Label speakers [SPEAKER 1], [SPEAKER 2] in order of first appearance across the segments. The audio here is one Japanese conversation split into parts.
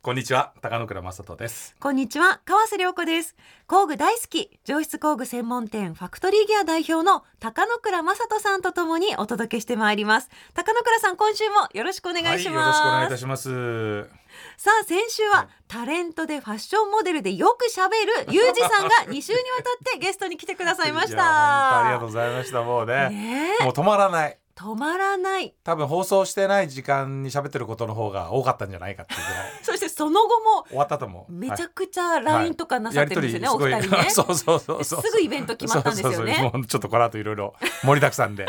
[SPEAKER 1] こんにちは高野倉正人です
[SPEAKER 2] こんにちは川瀬良子です工具大好き上質工具専門店ファクトリーギア代表の高野倉正人さんとともにお届けしてまいります高野倉さん今週もよろしくお願いします、
[SPEAKER 1] はい、よろしくお願いいたします
[SPEAKER 2] さあ先週はタレントでファッションモデルでよくしゃべるゆうじ さんが2週にわたってゲストに来てくださいまし
[SPEAKER 1] いや本当ありがとう
[SPEAKER 2] た
[SPEAKER 1] ございましたもうね
[SPEAKER 2] ねえ
[SPEAKER 1] もう止まらない
[SPEAKER 2] 止まらない
[SPEAKER 1] 多分放送してない時間に喋ってることの方が多かったんじゃないかっていうぐら い
[SPEAKER 2] そしてその後も
[SPEAKER 1] 終わったと思う
[SPEAKER 2] めちゃ
[SPEAKER 1] く
[SPEAKER 2] くちゃ LINE とかなさってるんですよね、お二人ね
[SPEAKER 1] そうそう そうそう
[SPEAKER 2] すぐイベント決まったんですよね
[SPEAKER 1] そうそうそうもうちょっとこの後いろいろ盛りだくさんで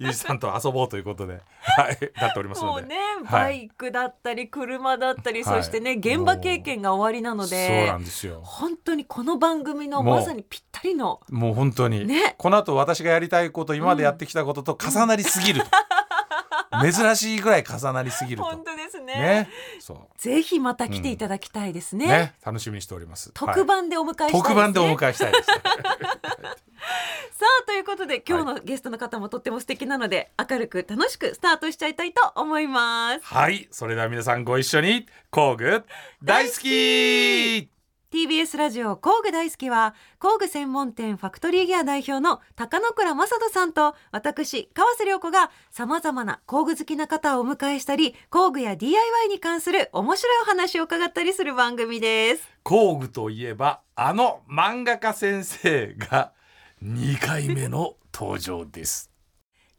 [SPEAKER 1] ゆうじさんと遊ぼうということではいなっておりますの
[SPEAKER 2] も
[SPEAKER 1] で
[SPEAKER 2] うね
[SPEAKER 1] は
[SPEAKER 2] バ
[SPEAKER 1] い
[SPEAKER 2] イクだったり車だったり、
[SPEAKER 1] は
[SPEAKER 2] そ
[SPEAKER 1] い
[SPEAKER 2] してね現場経験が終わりなの
[SPEAKER 1] そう
[SPEAKER 2] で
[SPEAKER 1] なんですよ
[SPEAKER 2] 本当にこの番組の
[SPEAKER 1] もう
[SPEAKER 2] まさにぴったりの
[SPEAKER 1] もう本当に、
[SPEAKER 2] ね
[SPEAKER 1] この後私がやりたいこと今までやってきたことと重なりすぎる、 珍しいぐらい重なりすぎると
[SPEAKER 2] 本当ですね
[SPEAKER 1] ねそ
[SPEAKER 2] ぜひまた来ていただきたいですね,、
[SPEAKER 1] うね楽しみにしております
[SPEAKER 2] 特、
[SPEAKER 1] はい
[SPEAKER 2] 番でお迎えしたいですね、
[SPEAKER 1] 特番でお迎えした いですね
[SPEAKER 2] さあということで今日のゲストの方もとっても素敵なので、明るく楽しくスタートしちゃいたいと思います
[SPEAKER 1] はいそれでは皆さんご一緒に工具大好き
[SPEAKER 2] TBS ラジオ工具大好きは工具専門店ファクトリーギア代表の高野倉正人さんと私川瀬良子がさまざまな工具好きな方をお迎えしたり工具や DIY に関する面白いお話を伺ったりする番組です
[SPEAKER 1] 工具といえばあの漫画家先生が2回目の登場です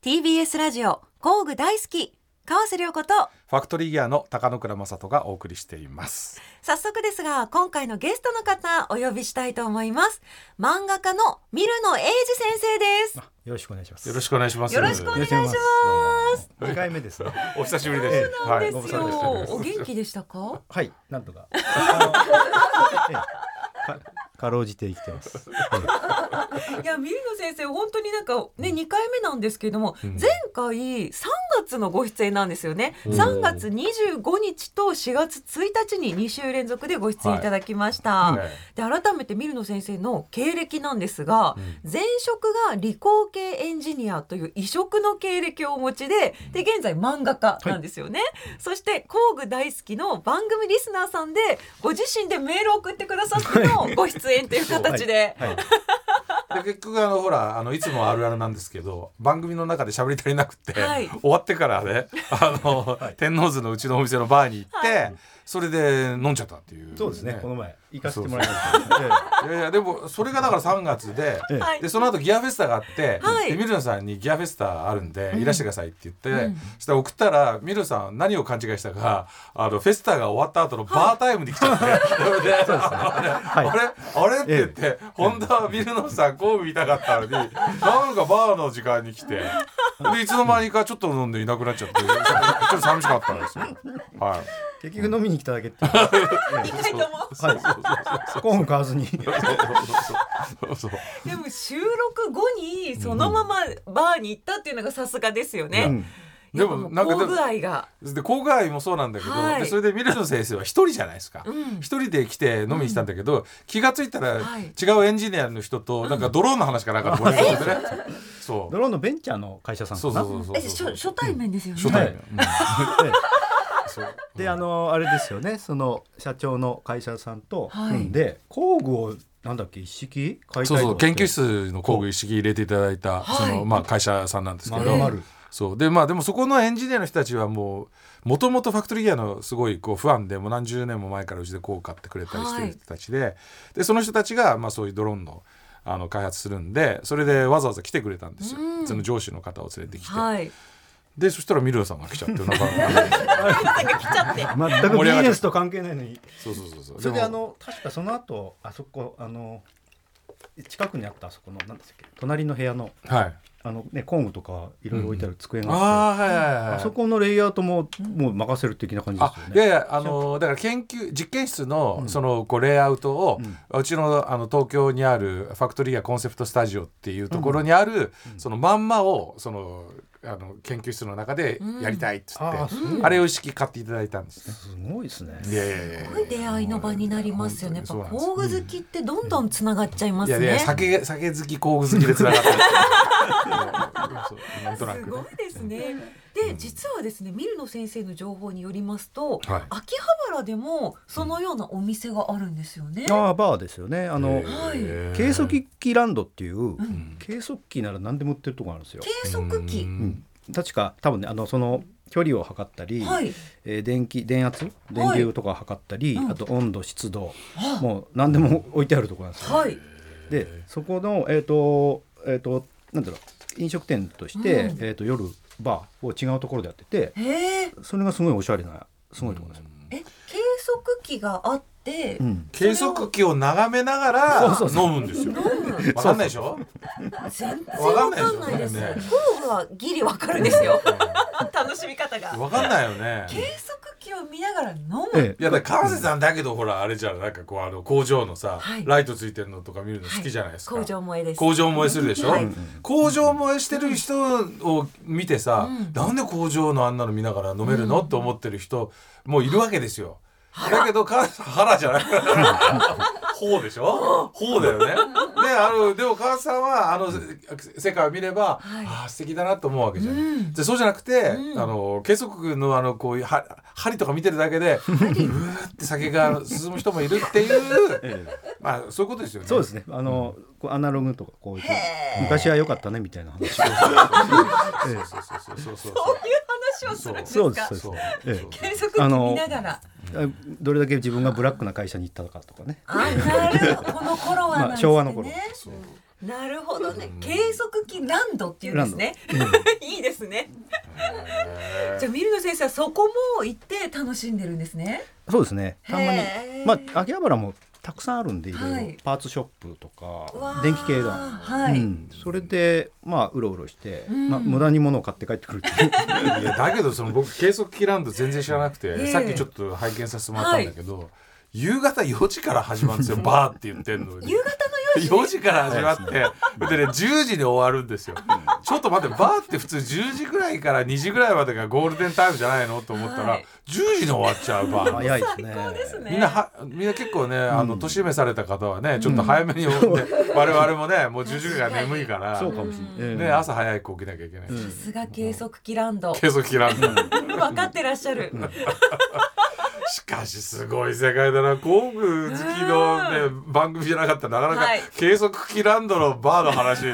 [SPEAKER 2] TBS ラジオ工具大好き川瀬良子と
[SPEAKER 1] ファクトリーギアの高野倉正人がお送りしています
[SPEAKER 2] 早速ですが今回のゲストの方お呼びしたいと思います漫画家のミルノエイジ先生です
[SPEAKER 3] あよろしくお願いします。
[SPEAKER 1] よろしくお願いします
[SPEAKER 2] よろしくお願いします
[SPEAKER 3] す。二回目ですね。
[SPEAKER 1] お久しぶりです。
[SPEAKER 2] そうなん
[SPEAKER 3] はい
[SPEAKER 2] ですよ、
[SPEAKER 3] ご無沙汰しております
[SPEAKER 2] お元気でしたか
[SPEAKER 3] はい、なんとか。あのええかかろうじて生きてます。
[SPEAKER 2] いやミルノ先生本当になんかね2回目なんですけれども、
[SPEAKER 1] うん
[SPEAKER 2] 前回3月のご出演なんですよね
[SPEAKER 1] おー
[SPEAKER 2] 3月25日と4月1日に2週連続でご出演いただきました、
[SPEAKER 1] はい
[SPEAKER 2] で改めてミルノ先生の経歴なんですが、前職が理工系エンジニアという異色の経歴をお持ちでで現在漫画家なんですよね、そして工具大好きの番組リスナーさんでご自身でメールを送ってくださってのご出演という形で、
[SPEAKER 3] はい。
[SPEAKER 1] で結局あのほらあのいつもあるあるなんですけど番組の中で喋り足りなくて、
[SPEAKER 2] はい
[SPEAKER 1] 終わってからねあの、
[SPEAKER 3] はい
[SPEAKER 1] 天王洲のうちのお店のバーに行って、それで飲んじゃったっていう、
[SPEAKER 3] そうですね。この前行かせてもらいまし
[SPEAKER 1] いやいやでもそれがだから3月で。
[SPEAKER 3] た。ええええ
[SPEAKER 2] はい
[SPEAKER 1] でその後ギアフェスタがあって、
[SPEAKER 2] はい
[SPEAKER 1] でミルナさんにギアフェスタあるんで、いらしてくださいって言って、
[SPEAKER 2] うん
[SPEAKER 1] そしたら送ったらミルナさん何を勘違いしたかあのフェスタが終わった後のバータイムに来ちゃって、それで
[SPEAKER 3] はい
[SPEAKER 1] あれあれって言って、本当はビルのさ工具見たかったのになんかバーの時間に来てでいつの間にかちょっと飲んでいなくなっちゃってちょっと寂しかったんですよ。はい
[SPEAKER 3] 結局飲みに来ただけっていう。え
[SPEAKER 2] 意外ともう
[SPEAKER 3] えはい。コーン買わずに。
[SPEAKER 1] そうそう
[SPEAKER 2] でも収録後にそのままバーに行ったっていうのがさすがですよね。
[SPEAKER 3] うん
[SPEAKER 1] でもなんか
[SPEAKER 2] 工
[SPEAKER 1] で
[SPEAKER 2] 具愛が、
[SPEAKER 1] で郊外もそうなんだけど、
[SPEAKER 2] はい
[SPEAKER 1] でそれでミルの先生は一人じゃないですか。
[SPEAKER 2] うん、
[SPEAKER 1] 一人で来て飲みに来たんだけど、気がついたら
[SPEAKER 2] はい
[SPEAKER 1] 違うエンジニアの人となんかドローンの話かなんかで盛り上がってね。そ
[SPEAKER 3] ドローンのベンチャーの会社
[SPEAKER 1] う
[SPEAKER 3] さんか
[SPEAKER 1] そう
[SPEAKER 3] な。
[SPEAKER 1] そうそうそう。
[SPEAKER 2] え初初対面ですよね。
[SPEAKER 1] 初対面うん
[SPEAKER 3] え
[SPEAKER 1] そう
[SPEAKER 3] えで、あのあれですよね。その社長の会社さんと
[SPEAKER 2] は
[SPEAKER 3] う
[SPEAKER 2] い
[SPEAKER 3] んで工具をなんだっけ一式解体
[SPEAKER 1] そうそう研究
[SPEAKER 3] 室
[SPEAKER 1] 室の工具一式入れていただい
[SPEAKER 2] は
[SPEAKER 1] た、
[SPEAKER 2] い
[SPEAKER 1] そのまあ会社さんなんですけ
[SPEAKER 3] ま
[SPEAKER 1] ど、
[SPEAKER 3] るまる。
[SPEAKER 1] そうでまあでもそこのエンジニアの人たちはもうもともとファクトリーギアのすごいこうファンでもう何十年も前からうちでこう買ってくれたりしてる人たちで、でその人たちがまあそういうドローンのあの開発するんでそれでわざわざ来てくれたんですよ、
[SPEAKER 2] うん
[SPEAKER 1] その上司の方を連れてきて、
[SPEAKER 2] はい。
[SPEAKER 1] でそしたらミルさんが来ちゃってなんか
[SPEAKER 3] 全くビジネスと関係ないのに。
[SPEAKER 1] そうそうそうそう
[SPEAKER 3] それで
[SPEAKER 1] も
[SPEAKER 3] あの確かその後あそこあの近くにあったあそこの何ですっけ隣の部屋の
[SPEAKER 1] はい
[SPEAKER 3] あのね工具とかいろいろ置いてある机があって、
[SPEAKER 1] あーはいはいはい
[SPEAKER 3] あそこのレイアウトももう任せる的な感じで
[SPEAKER 1] あ
[SPEAKER 3] すよ
[SPEAKER 1] いや
[SPEAKER 3] ね。
[SPEAKER 1] いやあのだから研究実験室の
[SPEAKER 3] うん
[SPEAKER 1] そのこうレイアウトを、うちのあの東京にあるファクトリーやコンセプトスタジオっていうところにある、そのまんまをそのあの研究室の中でやりたいっつって、
[SPEAKER 4] ああそう
[SPEAKER 1] あれを意識買っていただいたんですね。
[SPEAKER 4] すごいですね。
[SPEAKER 1] いやいやいや
[SPEAKER 2] すごい出会いの場になりますよね。やっぱ
[SPEAKER 1] 本当に
[SPEAKER 2] 工具好きってどんどんつながっちゃいま
[SPEAKER 1] い
[SPEAKER 2] す
[SPEAKER 1] やいや
[SPEAKER 2] ね。
[SPEAKER 1] 酒酒好き工具好きでつな がったんですよそうなんとなく、ね、
[SPEAKER 2] すごいですね。で実はですねミルノ先生の情報によりますと、
[SPEAKER 1] はい
[SPEAKER 2] 秋葉原でもそのようなお店があるんですよね。
[SPEAKER 4] ああバーですよね。あの
[SPEAKER 2] はい
[SPEAKER 1] へー
[SPEAKER 4] 計測機ランドっていうん計測機なら何でも売ってるとこあるんですよ。
[SPEAKER 2] 計測
[SPEAKER 1] う
[SPEAKER 2] 器。
[SPEAKER 1] ん
[SPEAKER 4] 確か多分ねあのその距離を測ったり、
[SPEAKER 2] はい。
[SPEAKER 4] えー電気電圧電流とか測ったり、
[SPEAKER 2] うん
[SPEAKER 4] あと温度湿度
[SPEAKER 2] あ
[SPEAKER 4] もう何でも置いてあるとこなんですよ。
[SPEAKER 2] はい。
[SPEAKER 4] でそこのえっ、とえっ、となんだろう飲食店として、
[SPEAKER 2] うん
[SPEAKER 4] えっ、と夜バーを違うところでやってて
[SPEAKER 2] へえ。
[SPEAKER 4] それがすごいおしゃれなすごいところですよ。
[SPEAKER 2] え計測器があって、
[SPEAKER 4] うん
[SPEAKER 1] 計測器を眺めながら飲むんですよ。わかんないでしょ。
[SPEAKER 2] 全然わかんないです。
[SPEAKER 1] わかんないで
[SPEAKER 2] 工具はギリわかるんですよ。 楽しみ方が。
[SPEAKER 1] わかんないよね。
[SPEAKER 2] 計測器を見ながら飲む。
[SPEAKER 4] え
[SPEAKER 1] いやだから川瀬さんだけどほらあれじゃんなんかこうあの工場のさ
[SPEAKER 2] はい
[SPEAKER 1] ライトついてるのとか見るの好きじゃないですか。
[SPEAKER 2] 工場萌えです。
[SPEAKER 1] 工場燃えするでしょ、
[SPEAKER 2] はい
[SPEAKER 1] 工場燃えしてる人を見てさ、
[SPEAKER 2] うん
[SPEAKER 1] なんで工場のあんなの見ながら飲めるの、と思ってる人もういるわけですよ。だけど川瀬さん腹じゃない ほうでしょほうだよね。であのでも川瀬さんはあの世界を見れば、
[SPEAKER 2] はい
[SPEAKER 1] ああ素敵だなと思うわけじゃない。
[SPEAKER 2] うん
[SPEAKER 1] でそうじゃなくて、
[SPEAKER 2] うん
[SPEAKER 1] あの計測のあのこういうは針とか見てるだけでうーって酒が進む人もいるっていう、まあそういうことですよね。
[SPEAKER 4] そうですね。あの、こうアナログとかこういう
[SPEAKER 2] へー
[SPEAKER 4] 昔は良かったねみたいな話を。
[SPEAKER 1] そうそうそうそうそうそう
[SPEAKER 2] そういう話をするんですか。
[SPEAKER 4] そうです
[SPEAKER 1] そう
[SPEAKER 4] ええ
[SPEAKER 1] そう
[SPEAKER 2] 計測器見ながら。
[SPEAKER 4] どれだけ自分がブラックな会社に行ったのかとか ね。
[SPEAKER 2] あ、なるほど。この頃はなんですね。
[SPEAKER 4] まあ昭和の頃
[SPEAKER 1] そう
[SPEAKER 2] なるほどね。計測器ランドっていうんですね。いいですね。じゃあミルノ先生はそこも行って楽しんでるんですね。
[SPEAKER 4] そうですね。たまに
[SPEAKER 2] へー
[SPEAKER 4] まあ秋葉原もたくさんあるんでいろいろ、
[SPEAKER 2] はい
[SPEAKER 4] パーツショップと
[SPEAKER 2] わ
[SPEAKER 4] か
[SPEAKER 2] ー
[SPEAKER 4] 電気系だ。
[SPEAKER 2] はい
[SPEAKER 4] うんそれでまあうろうろして、
[SPEAKER 2] ん
[SPEAKER 4] まあ無駄に物を買って帰ってく るっていう。
[SPEAKER 1] いやだけどその僕計測器ランド全然知らなくて、
[SPEAKER 2] え
[SPEAKER 1] さっきちょっと拝見させてもらったんだけど、夕方4時から始まるんですよバーって言ってんのに
[SPEAKER 2] 夕方の4時。
[SPEAKER 1] 4時から始まってでね10時で終わるんですよちょっと待ってバーって普通10時ぐらいから2時ぐらいまでがゴールデンタイムじゃないのと思ったら、
[SPEAKER 2] はい
[SPEAKER 1] 10時で終わっちゃうバー
[SPEAKER 4] 早いですね。
[SPEAKER 2] 最高ですね。
[SPEAKER 1] みんなはみんな結構ねあの年めされた方はねちょっと早めに起きて、我々もねもう10時ぐらい眠いから
[SPEAKER 4] そうかもしれない。ええ
[SPEAKER 1] ね、朝早く起きなきゃいけないし、
[SPEAKER 2] さすが計測器ランド。
[SPEAKER 1] 計測器ランド
[SPEAKER 2] 分かってらっしゃる。
[SPEAKER 1] しかしすごい世界だな工具好きの、ね、番組じゃなかったらなかなか
[SPEAKER 2] はい
[SPEAKER 1] 計測器ランドのバーの話で、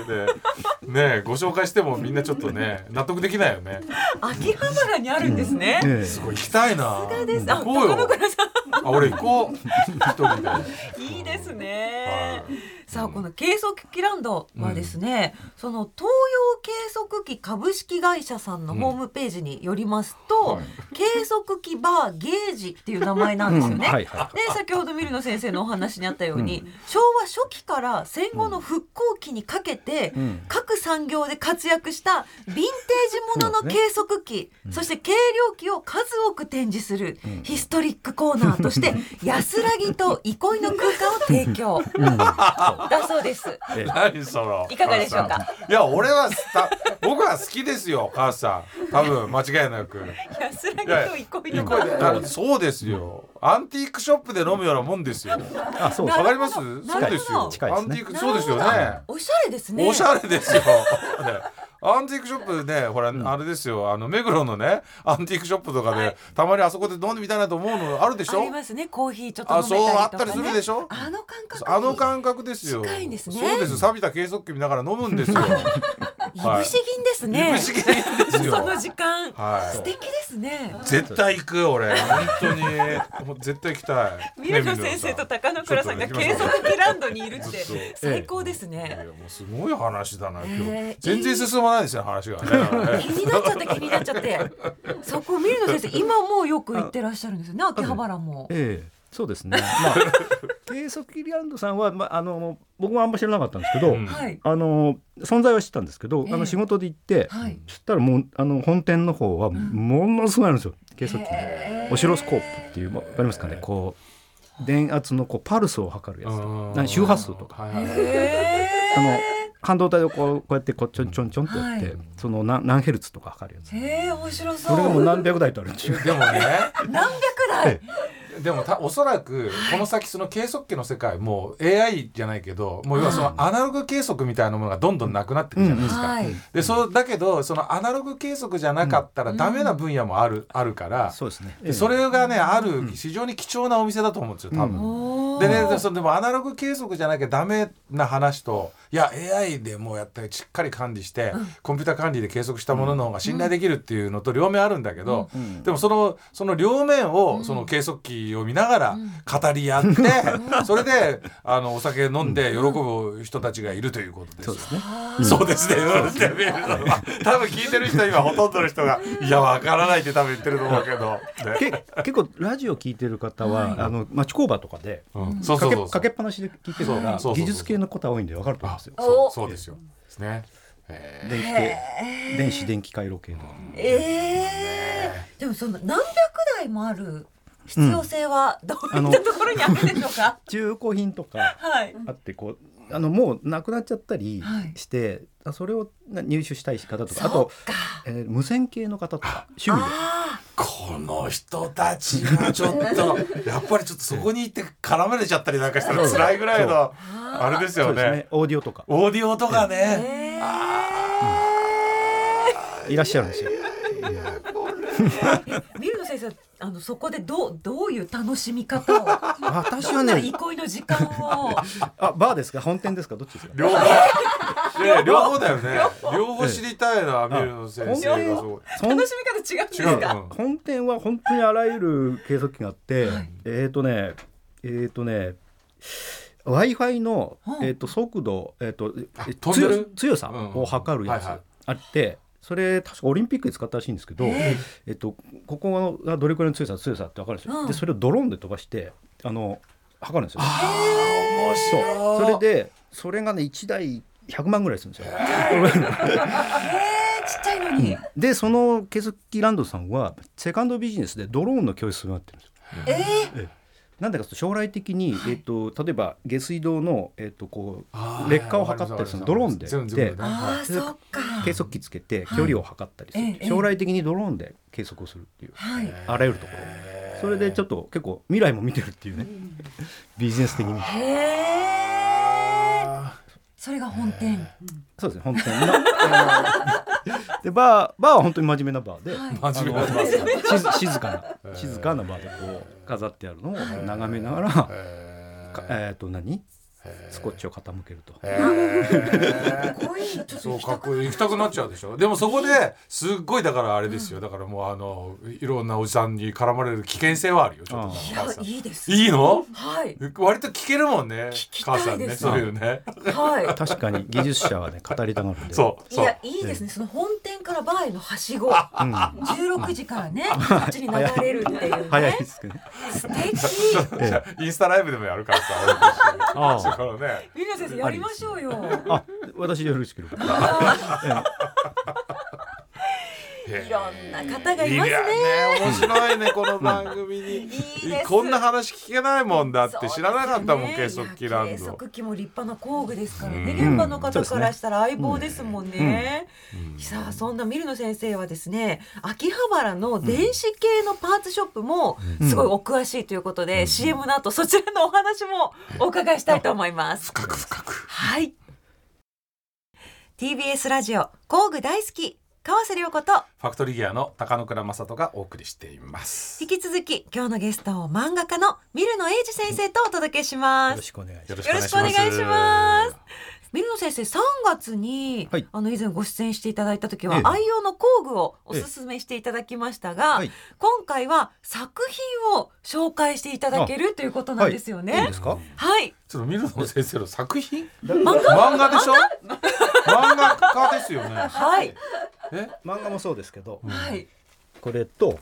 [SPEAKER 1] ねご紹介してもみんなちょっとね納得できないよ ね
[SPEAKER 2] 秋葉原にあるんですね。
[SPEAKER 4] ええ
[SPEAKER 1] すごい行きたいな
[SPEAKER 2] ですあ、
[SPEAKER 1] 行
[SPEAKER 2] 高
[SPEAKER 1] こうよ
[SPEAKER 2] 野さん。
[SPEAKER 1] あ俺行こう一人 で
[SPEAKER 2] いいですね
[SPEAKER 1] はい。
[SPEAKER 2] さあこの計測器ランドはですね、その東洋計測器株式会社さんのホームページによりますと、
[SPEAKER 1] うんはい
[SPEAKER 2] 計測器バーゲージっていう名前なんですよね。
[SPEAKER 4] うんはいは
[SPEAKER 2] で先ほどミルノ先生のお話にあったように、昭和初期から戦後の復興期にかけて、
[SPEAKER 4] ん
[SPEAKER 2] 各産業で活躍したヴィンテージものの計測器そ,、して計量器を数多く展示するヒストリックコーナーとして、安らぎと憩いの空間を提 供、だそうです。
[SPEAKER 1] 何その
[SPEAKER 2] いかがでしょうか
[SPEAKER 1] いや俺はた 僕は好きですよ母さん多分間違いなく
[SPEAKER 2] 安らぎと憩いの空
[SPEAKER 1] こ
[SPEAKER 2] 間
[SPEAKER 1] れあそうですよアンティークショップで飲むようなもんですよわ
[SPEAKER 4] あそう
[SPEAKER 2] なるほど
[SPEAKER 1] かりますそうですよ
[SPEAKER 4] 近い
[SPEAKER 1] ア
[SPEAKER 4] ですね
[SPEAKER 1] ンティークそうですよね
[SPEAKER 2] おしゃれですね。
[SPEAKER 1] おしゃれですよ。 ねアンティークショップね、ほら、あれですよ、あの目黒のね、アンティークショップとかで、たまにあそこで飲んでみたいなと思うのあるでし
[SPEAKER 2] あり
[SPEAKER 1] ょ。
[SPEAKER 2] ますね。コーヒーちょっと飲
[SPEAKER 1] あ、
[SPEAKER 2] め
[SPEAKER 1] そうあったた
[SPEAKER 2] りと
[SPEAKER 1] りす
[SPEAKER 2] か
[SPEAKER 1] る
[SPEAKER 2] ね
[SPEAKER 1] で。しょ。
[SPEAKER 2] あの感覚に。
[SPEAKER 1] あの感覚ですよ。
[SPEAKER 2] 近いんですね
[SPEAKER 1] そうです、錆びた計測器見ながら飲むんですよ。
[SPEAKER 2] いぶし銀ですね。
[SPEAKER 1] 不思議です
[SPEAKER 2] そ
[SPEAKER 1] よ。
[SPEAKER 2] の時間、
[SPEAKER 1] はい
[SPEAKER 2] 素敵ですね。
[SPEAKER 1] 絶対行く俺本当にもう絶対行 きたい
[SPEAKER 2] ミルノ先生と高野倉さんが
[SPEAKER 1] ちょっと行
[SPEAKER 2] 計
[SPEAKER 1] きましょう
[SPEAKER 2] 測器ランドにいるっ
[SPEAKER 1] ず
[SPEAKER 2] て
[SPEAKER 1] っと
[SPEAKER 2] 最高です
[SPEAKER 1] いや
[SPEAKER 2] ね。
[SPEAKER 1] もうすごい話だな今日、
[SPEAKER 2] えー
[SPEAKER 1] 全然進まないですよ話がね
[SPEAKER 2] 気になっちゃって気になっちゃって。そこミルノ先生今もうよく行ってらっしゃるんですよね秋葉原も。
[SPEAKER 4] ええ、そうですね。まあ計測機ランドさんはまああの僕もあんま知らなかったんですけど、
[SPEAKER 1] うん
[SPEAKER 2] はい
[SPEAKER 4] あの存在は知ってたんですけど、
[SPEAKER 2] ええ
[SPEAKER 4] あの仕事で行って、
[SPEAKER 2] はい。
[SPEAKER 4] そしたらもうあの本店の方はものすごいあるんですよ計測器の
[SPEAKER 2] へー
[SPEAKER 4] オシロスコープっていうまわかりますかねこう電圧のこうパルスを測るやつ
[SPEAKER 1] うん
[SPEAKER 4] なんか周波数とか
[SPEAKER 1] はいはいはい
[SPEAKER 2] へ
[SPEAKER 4] あの感動体をこうこうやってこうちょんちょんちょんってやって、
[SPEAKER 2] はい
[SPEAKER 4] その何何ヘルツとか測るやつ
[SPEAKER 2] えー、面白そ。
[SPEAKER 4] そうれがもう何百台とあるんですよ
[SPEAKER 1] でもね
[SPEAKER 2] 何百台。
[SPEAKER 1] でもたおそらくこの先その計測器の世界もう AI じゃないけどもう要はそのアナログ計測みたいなものがどんどんなくなってくるじゃないですか。
[SPEAKER 2] はい。
[SPEAKER 1] でそうだけどそのアナログ計測じゃなかったらダメな分野もある,、あるから
[SPEAKER 4] そうですね
[SPEAKER 1] でそれがねある非常に貴重なお店だと思うんですよ多分。
[SPEAKER 2] おー
[SPEAKER 1] でね、そのでもアナログ計測じゃなきゃダメな話といや AI でもうやってしっかり管理して、コンピューター管理で計測したものの方が信頼できるっていうのと両面あるんだけど、
[SPEAKER 4] ん
[SPEAKER 1] でもそのその両面をその計測器を見ながら語り合って、それであのお酒飲んで喜ぶ人たちがいるということです。
[SPEAKER 4] そうですね
[SPEAKER 1] そうですね。そうですね。多分聞いてる人今ほとんどの人がいやわからないって多分言ってると思うけど。 ね
[SPEAKER 4] け結構ラジオ聞いてる方は、あの町工場とかで
[SPEAKER 1] うん、そうそう
[SPEAKER 4] かけ
[SPEAKER 1] そうそう
[SPEAKER 4] かけっぱなしで聞いてるから
[SPEAKER 1] そうそうそうそう
[SPEAKER 4] 技術系の方多いんで分かると思うんですよ
[SPEAKER 1] そ
[SPEAKER 2] お
[SPEAKER 1] うそうですよ。ですね。えー
[SPEAKER 4] 電気系電子電気回路系の
[SPEAKER 2] えー、でもその何百台もある必要性はどういったところにあるでしょう か。
[SPEAKER 4] 中古品とか
[SPEAKER 2] はい。
[SPEAKER 4] あってこうあのもうなくなっちゃったり
[SPEAKER 2] はい
[SPEAKER 4] して、あそれをな入手したい方とかあ
[SPEAKER 2] そ
[SPEAKER 4] と
[SPEAKER 2] っ、か。
[SPEAKER 4] えー無線系の方とか趣味で
[SPEAKER 2] あ
[SPEAKER 1] この人たちがちょっと やっぱりちょっとそこに行って絡まれちゃったりなんかしたら辛いぐらいのあれです
[SPEAKER 4] そ
[SPEAKER 1] よ
[SPEAKER 4] うです
[SPEAKER 1] ね
[SPEAKER 4] ねオーディオとか
[SPEAKER 1] オーディオとか
[SPEAKER 2] あ。
[SPEAKER 1] ね
[SPEAKER 2] え
[SPEAKER 4] いらっしゃるんですよ。
[SPEAKER 2] ー、ミルノ先生あのそこでどうどういう楽しみ方 を
[SPEAKER 4] 私
[SPEAKER 2] どんな憩いの時間を
[SPEAKER 4] あバーですか本店ですかどっちですか
[SPEAKER 1] 両方いや両方だよね両方知りたいなミルの先生がすごい
[SPEAKER 4] そん
[SPEAKER 2] 楽しみ方違うんです
[SPEAKER 1] 違う
[SPEAKER 2] か。
[SPEAKER 1] うん
[SPEAKER 4] 本店は本当にあらゆる計測器があって、えっ、とねえっ、とね w i f i の、
[SPEAKER 2] うん
[SPEAKER 4] えー、と速度、えー、とえ
[SPEAKER 1] 飛んでる
[SPEAKER 4] 強強さを測るや
[SPEAKER 1] うんはいはい
[SPEAKER 4] つあって、それ確かオリンピックで使ったらしいんですけど、え
[SPEAKER 2] え
[SPEAKER 4] っとここがどれくらいの強さ強さって分かるんですよ、
[SPEAKER 2] うん
[SPEAKER 4] でそれをドローンで飛ばしてあの測るんですよね、
[SPEAKER 1] あー面白い
[SPEAKER 4] そうそれでそれがね1台100万ぐらいするんですよ、
[SPEAKER 2] ー、ちっちゃいのに。
[SPEAKER 4] でそのケズッキーランドさんはセカンドビジネスでドローンの教室があってるんですよ
[SPEAKER 2] え
[SPEAKER 4] なんでかというと将来的に、えっと例えば下水道の、えっとこ
[SPEAKER 1] あ
[SPEAKER 4] う劣化を測ったりするのドローンで
[SPEAKER 1] 全部全部
[SPEAKER 2] ー、
[SPEAKER 1] ね
[SPEAKER 2] ああ
[SPEAKER 1] は
[SPEAKER 2] そっか
[SPEAKER 4] う。計測器つけて距離を測ったりする、
[SPEAKER 2] はいええ
[SPEAKER 4] 将来的にドローンで計測をするっていう、
[SPEAKER 2] はい。
[SPEAKER 4] あらゆるところそれでちょっと結構未来も見てるっていうねビジネス的に
[SPEAKER 2] へえ。それが本店。
[SPEAKER 4] そうですね本当にな でバーバーは本当に真面目なバーで、
[SPEAKER 2] はい
[SPEAKER 1] 真面目なバー
[SPEAKER 4] あの静静かな静かなバーでこう飾ってあるのを眺めながら、
[SPEAKER 1] え
[SPEAKER 4] かえっと何スコッチを傾けると。
[SPEAKER 2] かっこいい。ちょっと行
[SPEAKER 1] そう
[SPEAKER 2] きた
[SPEAKER 1] かっ
[SPEAKER 2] く
[SPEAKER 1] こいい行きたくなっちゃうでしょでもそこですっごいだからあれですよだからもうあのいろんなおじさんに絡まれる危険性はあるよちょっと
[SPEAKER 2] い
[SPEAKER 1] 母
[SPEAKER 2] や
[SPEAKER 1] さん
[SPEAKER 2] いいです。
[SPEAKER 1] いいの
[SPEAKER 2] はい
[SPEAKER 1] 割と聞けるもんね
[SPEAKER 2] きた
[SPEAKER 1] 母
[SPEAKER 2] いです
[SPEAKER 1] さんねそういうね
[SPEAKER 2] は
[SPEAKER 4] 確かに技術者はね語りたがるんで
[SPEAKER 1] そう
[SPEAKER 2] い。い
[SPEAKER 1] そう
[SPEAKER 2] やいいですね。その本店からバーへのはしご。16時からね、こっちに流れるっていう
[SPEAKER 4] 早い
[SPEAKER 2] ね
[SPEAKER 4] で。すけどね
[SPEAKER 2] 素敵。
[SPEAKER 1] じゃあインスタライブでもやるからさ
[SPEAKER 4] あ
[SPEAKER 1] 俺と一緒にこのね
[SPEAKER 2] みな先生やりましょうよ。
[SPEAKER 4] あ私よろしければ
[SPEAKER 2] いろんな方がいますね
[SPEAKER 1] や面白いねこの番組に
[SPEAKER 2] いいです
[SPEAKER 1] こんな話聞けないもんだって知らなかったもん、
[SPEAKER 2] そう
[SPEAKER 1] 計
[SPEAKER 2] ですね
[SPEAKER 1] 測器ラン
[SPEAKER 2] 計
[SPEAKER 1] ド
[SPEAKER 2] 測器も立派な工具ですからね、
[SPEAKER 1] うん
[SPEAKER 2] 現場の方からしたら相棒ですもんね。さあそんなミルノ先生はですね秋葉原の電子系のパーツショップもすごいお詳しいということで、CM の後そちらのお話もお伺いしたいと思います。
[SPEAKER 1] 深く深く
[SPEAKER 2] はい。TBS ラジオ工具大好き川瀬良子と
[SPEAKER 1] ファクトリーギアの高野倉正人がお送りしています
[SPEAKER 2] 引き続き今日のゲストを漫画家のミルノ英二先生とお届けしま
[SPEAKER 4] よ
[SPEAKER 2] す
[SPEAKER 4] ろ。しくお願いし
[SPEAKER 1] よ
[SPEAKER 4] ま
[SPEAKER 1] ろ
[SPEAKER 4] す
[SPEAKER 1] しくお願いし
[SPEAKER 2] よ
[SPEAKER 1] ま
[SPEAKER 2] ろ
[SPEAKER 1] す
[SPEAKER 2] しくお願いします水野先生3月に、
[SPEAKER 4] はい
[SPEAKER 2] あの以前ご出演していただいた時は、
[SPEAKER 4] ええ
[SPEAKER 2] 愛用の工具をおすすめしていただきましたが、
[SPEAKER 4] はい
[SPEAKER 2] 今回は作品を紹介していただけるということなんですよね。
[SPEAKER 4] いい
[SPEAKER 2] は
[SPEAKER 4] で
[SPEAKER 2] い
[SPEAKER 4] す
[SPEAKER 1] ち
[SPEAKER 4] か
[SPEAKER 1] ょっと水野先生の作品
[SPEAKER 4] 漫
[SPEAKER 1] 漫画でしょ漫画家ですよね
[SPEAKER 2] はい
[SPEAKER 1] え
[SPEAKER 4] 漫画もそうですけど
[SPEAKER 2] はい
[SPEAKER 4] これと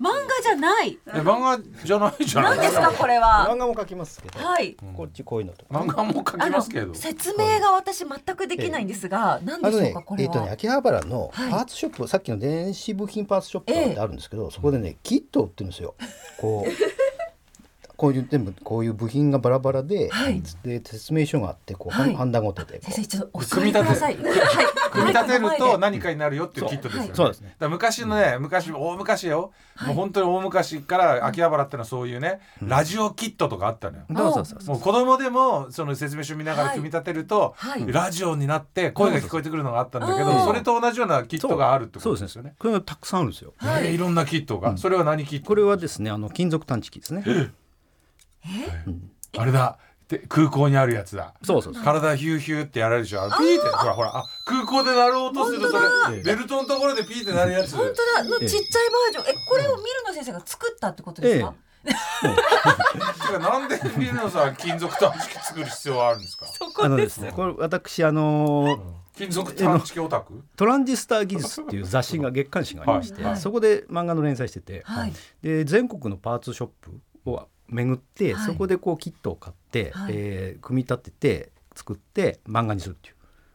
[SPEAKER 2] 漫画じゃない。
[SPEAKER 1] え漫画じゃないじゃない
[SPEAKER 2] 何ですかこれは。
[SPEAKER 4] 漫画も描きますけど
[SPEAKER 2] はい。
[SPEAKER 4] こっちこういうのとか
[SPEAKER 1] 漫画も描
[SPEAKER 2] あの
[SPEAKER 1] きますけど
[SPEAKER 2] 説明が私全くできないんですが、何
[SPEAKER 5] あ
[SPEAKER 2] でし
[SPEAKER 5] の
[SPEAKER 2] ょう
[SPEAKER 5] ね
[SPEAKER 2] かこ、
[SPEAKER 5] え
[SPEAKER 2] れ
[SPEAKER 5] っ、とね、
[SPEAKER 2] は。
[SPEAKER 5] 秋葉原のパ
[SPEAKER 2] はい
[SPEAKER 5] ーツショップ、さっきの電子部品パーツショップってあるんですけど、そこでね、キット売ってるんですよ。こう。
[SPEAKER 6] こう いう全部こういう部品がバラバラで、
[SPEAKER 2] はい
[SPEAKER 6] で説明書があってこう、
[SPEAKER 2] はい
[SPEAKER 6] 判断ごとでこ
[SPEAKER 2] 先
[SPEAKER 6] う
[SPEAKER 2] 生ちょっとお座りください。はい
[SPEAKER 1] 組み立てると
[SPEAKER 2] は
[SPEAKER 1] 何かになるよっていうキットですよね。
[SPEAKER 4] そうですね
[SPEAKER 1] だから昔のね、昔大昔よ、
[SPEAKER 2] はい
[SPEAKER 1] もう本当に大昔から秋葉原ってのはそういうね、ラジオキットとかあったのよ。
[SPEAKER 2] どうぞ
[SPEAKER 1] もう子供でもその説明書見ながら組み立てると、
[SPEAKER 2] はいはい
[SPEAKER 1] ラジオになって声が聞こえてくるのがあったんだけど、
[SPEAKER 2] うん
[SPEAKER 1] それと同じようなキットがあるってこ
[SPEAKER 4] そう
[SPEAKER 1] と
[SPEAKER 4] で
[SPEAKER 1] です
[SPEAKER 4] す
[SPEAKER 1] よ
[SPEAKER 4] ね
[SPEAKER 1] ね。
[SPEAKER 4] これがたくさんあるんですよ
[SPEAKER 2] はい
[SPEAKER 1] ねいろんなキットが、それは何キット
[SPEAKER 4] これはですねあの金属探知機ですね
[SPEAKER 1] あれだで空港にあるやつだ
[SPEAKER 4] そうそうそう
[SPEAKER 1] 体ヒューヒューってやられるでしょあのピーってほらほらあ空港で鳴ろうとするとそれベルトのところでピーって鳴るやつ
[SPEAKER 2] 本当だのちっちゃいバージョン。えこれを見るの先生が作ったってことですか？
[SPEAKER 1] てかなんでビルのさ金属探知機作る必要はあるんですか
[SPEAKER 2] そ
[SPEAKER 4] あ
[SPEAKER 2] こ
[SPEAKER 4] の
[SPEAKER 2] で。
[SPEAKER 4] ですすねこれ私あのー
[SPEAKER 1] 金属探知機オタク
[SPEAKER 4] トランジスター技術っていう雑誌が月刊誌がありまして、
[SPEAKER 2] はいはい
[SPEAKER 4] そこで漫画の連載してて、
[SPEAKER 2] はい
[SPEAKER 4] で全国のパーツショップを巡って、
[SPEAKER 2] はい
[SPEAKER 4] そこでこうキットを買って、
[SPEAKER 2] はい
[SPEAKER 4] えー組み立てて作って漫画にするっていう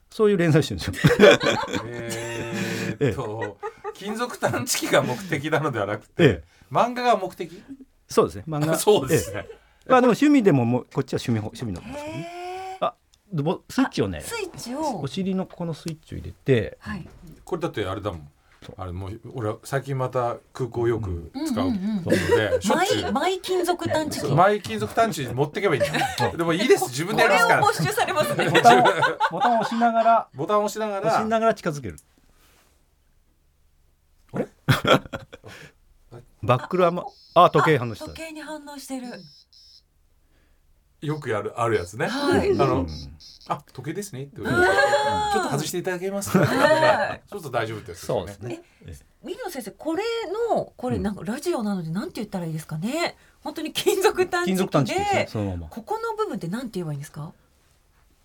[SPEAKER 4] そういう連載して るんですよ。
[SPEAKER 1] えーっと金属探知機が目的なのではなくて、
[SPEAKER 4] ええ
[SPEAKER 1] 漫画が目的
[SPEAKER 4] そうですね漫 画
[SPEAKER 1] そうですね、
[SPEAKER 4] ええまあでも趣味でももうこっちは趣味趣味の方ですけどね
[SPEAKER 2] へ
[SPEAKER 4] あボスイッチをね
[SPEAKER 2] ースイッチを
[SPEAKER 4] お尻のここのスイッチを入れて
[SPEAKER 2] はい
[SPEAKER 1] これだってあれだもんあれもう俺最近また空港よく使う
[SPEAKER 2] うん
[SPEAKER 1] の
[SPEAKER 2] う
[SPEAKER 1] で、
[SPEAKER 2] んうん
[SPEAKER 1] しょっちゅう
[SPEAKER 2] マイマイ金属探知機。
[SPEAKER 1] そう
[SPEAKER 2] こ
[SPEAKER 1] マイ金属探知持ってけばいいんだよでもいいです自分でやりま
[SPEAKER 2] れ
[SPEAKER 1] す
[SPEAKER 2] を
[SPEAKER 1] から
[SPEAKER 2] 没収されますね。
[SPEAKER 4] ボタンをボタンを押しながら
[SPEAKER 1] ボタンを押しながら
[SPEAKER 4] 押しながら近づける。あれ バックルはまあ時計反応した
[SPEAKER 2] 時。計に反応してる。
[SPEAKER 1] よくやるあるやつね、
[SPEAKER 2] はい
[SPEAKER 1] あのあ時計ですねって言われてちょっと外していただけますか、ね、ちょっと大丈夫ってやつですよ
[SPEAKER 4] そう
[SPEAKER 1] ね
[SPEAKER 4] ですね。
[SPEAKER 2] 水野先生これのこれなんかラジオなのでなんて言ったらいいですかね。本当に金属探知
[SPEAKER 4] 金
[SPEAKER 2] 機
[SPEAKER 4] 属探知機ですね
[SPEAKER 2] で。
[SPEAKER 4] そのまま
[SPEAKER 2] ここの部分ってなんて言えばいいんですか。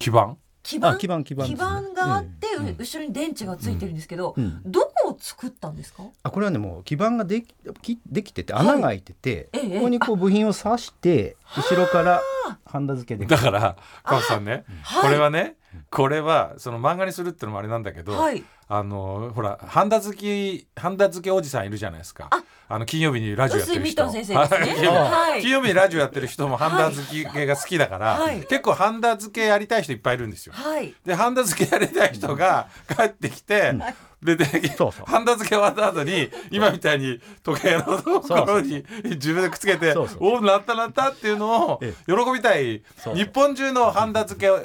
[SPEAKER 1] 基板
[SPEAKER 2] 基板
[SPEAKER 4] あ基板基板ですね
[SPEAKER 2] があって、
[SPEAKER 4] うんうん
[SPEAKER 2] 後ろに電池がついてるんですけど、
[SPEAKER 4] うん
[SPEAKER 2] どこを作ったんですか。
[SPEAKER 4] あこれはねもう基板ができきできてて穴が開いてて、
[SPEAKER 2] ええ
[SPEAKER 4] ここにこう部品を刺して後ろからハンダ付けで
[SPEAKER 1] だから川瀬さんね、
[SPEAKER 2] はい
[SPEAKER 1] これはねこれはその漫画にするってのもあれなんだけど、
[SPEAKER 2] はい。
[SPEAKER 1] あのほらハンダ好きハンダ好きおじさんいるじゃないですか
[SPEAKER 2] あ
[SPEAKER 1] あの金曜日にラジオやってる人
[SPEAKER 2] 臼井ミットン先生ですねは
[SPEAKER 1] はいい金曜日にラジオやってる人もハンダ好き系が好きだから、
[SPEAKER 2] はい
[SPEAKER 1] 結構ハンダ付けやりたい人いっぱいいるんですよ。
[SPEAKER 2] はい。
[SPEAKER 1] でハンダ付けやりたい人が帰ってきて、でで
[SPEAKER 4] そうそう
[SPEAKER 1] ハンダ付け終わった後に今みたいに時計のところに自分でくっつけて
[SPEAKER 4] そうそう
[SPEAKER 1] おおなったなったっていうのを喜
[SPEAKER 4] え
[SPEAKER 1] びたい
[SPEAKER 4] そう
[SPEAKER 1] 日本中のハンダ付け好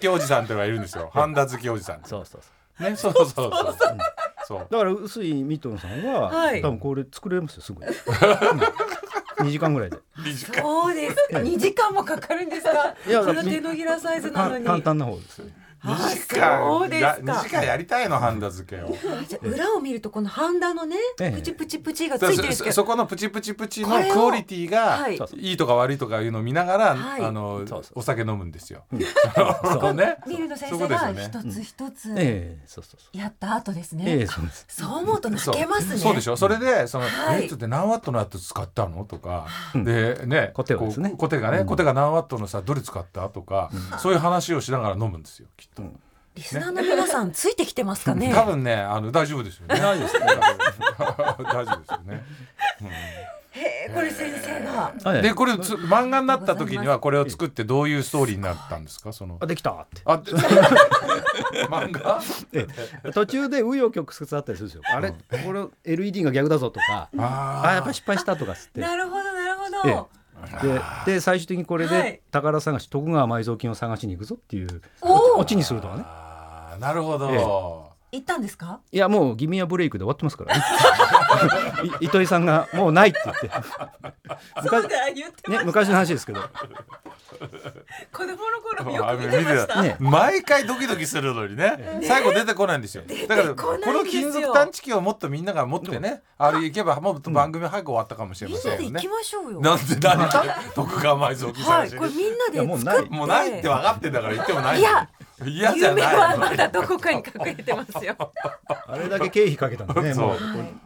[SPEAKER 1] きおじさんっていうのがいるんですよハンダ付けおじさん
[SPEAKER 4] そうそうそう
[SPEAKER 1] ねそうそうそうそうそう
[SPEAKER 4] だから臼井ミトンさんは、
[SPEAKER 2] はい
[SPEAKER 4] 多分これ作れますよすぐ に、2時間ぐらいで
[SPEAKER 1] 短い
[SPEAKER 2] そう ですか。二時間もかかるんですか。
[SPEAKER 4] いや
[SPEAKER 2] その手のひらサイズなの
[SPEAKER 4] か
[SPEAKER 2] に。
[SPEAKER 4] 簡単な方ですよ
[SPEAKER 2] あ
[SPEAKER 1] 2時
[SPEAKER 2] そう
[SPEAKER 1] 間
[SPEAKER 2] です
[SPEAKER 1] や
[SPEAKER 2] か
[SPEAKER 1] 2時間やりたいのハンダ付 けを
[SPEAKER 2] あじゃあ裏を見るとこのハンダのね、
[SPEAKER 4] ええ
[SPEAKER 2] プチプチプチがつ
[SPEAKER 1] だ
[SPEAKER 2] い
[SPEAKER 1] か
[SPEAKER 2] てるん
[SPEAKER 1] ら
[SPEAKER 2] です
[SPEAKER 1] そ
[SPEAKER 2] け
[SPEAKER 1] そ
[SPEAKER 2] ど。
[SPEAKER 1] このプチプチプチ
[SPEAKER 2] こ
[SPEAKER 1] の
[SPEAKER 2] れを
[SPEAKER 1] クオリティが
[SPEAKER 2] はい
[SPEAKER 1] いいとか悪いとかいうのを見ながら
[SPEAKER 2] はい
[SPEAKER 1] あの
[SPEAKER 4] そうそう
[SPEAKER 1] お酒飲むんですよ。 そこね
[SPEAKER 2] 見るの先
[SPEAKER 1] そ
[SPEAKER 2] 生
[SPEAKER 1] こです
[SPEAKER 2] が
[SPEAKER 1] よね
[SPEAKER 2] 一つ一つ
[SPEAKER 4] ええそうそうそう
[SPEAKER 2] やった後ですね。
[SPEAKER 4] ええそうです
[SPEAKER 2] そう思うと泣
[SPEAKER 1] そう
[SPEAKER 2] けますね。
[SPEAKER 1] そうでしょそれでその
[SPEAKER 2] はい
[SPEAKER 1] ネットで何ワットのやつ使ったのとかでね
[SPEAKER 4] コテをですね
[SPEAKER 1] こうコテがねコテが何ワットのさどれ使ったとかそういう話をしながら飲むんですよきっと。
[SPEAKER 2] リスナーの皆さんついてきてますかね。
[SPEAKER 1] 多分ねあの大丈夫ですよね。大丈夫ですね。 大丈夫ですよね。
[SPEAKER 2] へえこれ先生が。
[SPEAKER 4] はい
[SPEAKER 1] でこれつ漫画になった時にはこれを作ってどういうストーリーになったんですかその
[SPEAKER 4] あできたって
[SPEAKER 1] あで漫画
[SPEAKER 4] ええ 途中で紆余曲折あったりするんですよあれこれ LED が逆だぞとか
[SPEAKER 1] あー
[SPEAKER 4] あやっぱ失敗したとかっつって
[SPEAKER 2] なるほどなるほ
[SPEAKER 4] え
[SPEAKER 2] ど。
[SPEAKER 4] えでで最終的にこれ
[SPEAKER 2] はい
[SPEAKER 4] で宝探し徳川埋蔵金を探しに行くぞっていう
[SPEAKER 2] おー
[SPEAKER 4] オチにするとかね
[SPEAKER 1] あーなるほど、
[SPEAKER 4] ええ
[SPEAKER 2] 行ったんですか。
[SPEAKER 4] いやもうギミアブレイクで終わってますからねい 糸井さんがもうないって言って昔,、
[SPEAKER 2] だ言って
[SPEAKER 4] ね、昔の話ですけど
[SPEAKER 2] 子供の頃
[SPEAKER 1] あ見てた
[SPEAKER 4] ね
[SPEAKER 1] 毎回ドキドキするのにね最後出てこないんですよだから
[SPEAKER 2] こないん
[SPEAKER 1] こ
[SPEAKER 2] ですよ
[SPEAKER 1] の金属探知機をもっとみんなが持ってねあれ行けばもっと番組早く終わったかもしれ
[SPEAKER 2] みんな
[SPEAKER 1] ませんよ
[SPEAKER 2] で行
[SPEAKER 1] ね
[SPEAKER 2] き、ましょうよ。
[SPEAKER 1] なんで何徳川埋蔵金
[SPEAKER 2] は
[SPEAKER 1] 探
[SPEAKER 2] い、
[SPEAKER 1] し
[SPEAKER 2] これ
[SPEAKER 1] に
[SPEAKER 2] み
[SPEAKER 4] いや
[SPEAKER 2] ん
[SPEAKER 4] も
[SPEAKER 2] な
[SPEAKER 4] う
[SPEAKER 2] で作
[SPEAKER 4] ない
[SPEAKER 2] って。
[SPEAKER 1] もうないって分かってんだから言ってもない
[SPEAKER 2] いや
[SPEAKER 1] 嫌じゃ
[SPEAKER 2] 夢
[SPEAKER 1] な
[SPEAKER 2] はいまだどこかに隠れてますよ。
[SPEAKER 4] あれだけ経費かけたんでね
[SPEAKER 1] そう
[SPEAKER 4] も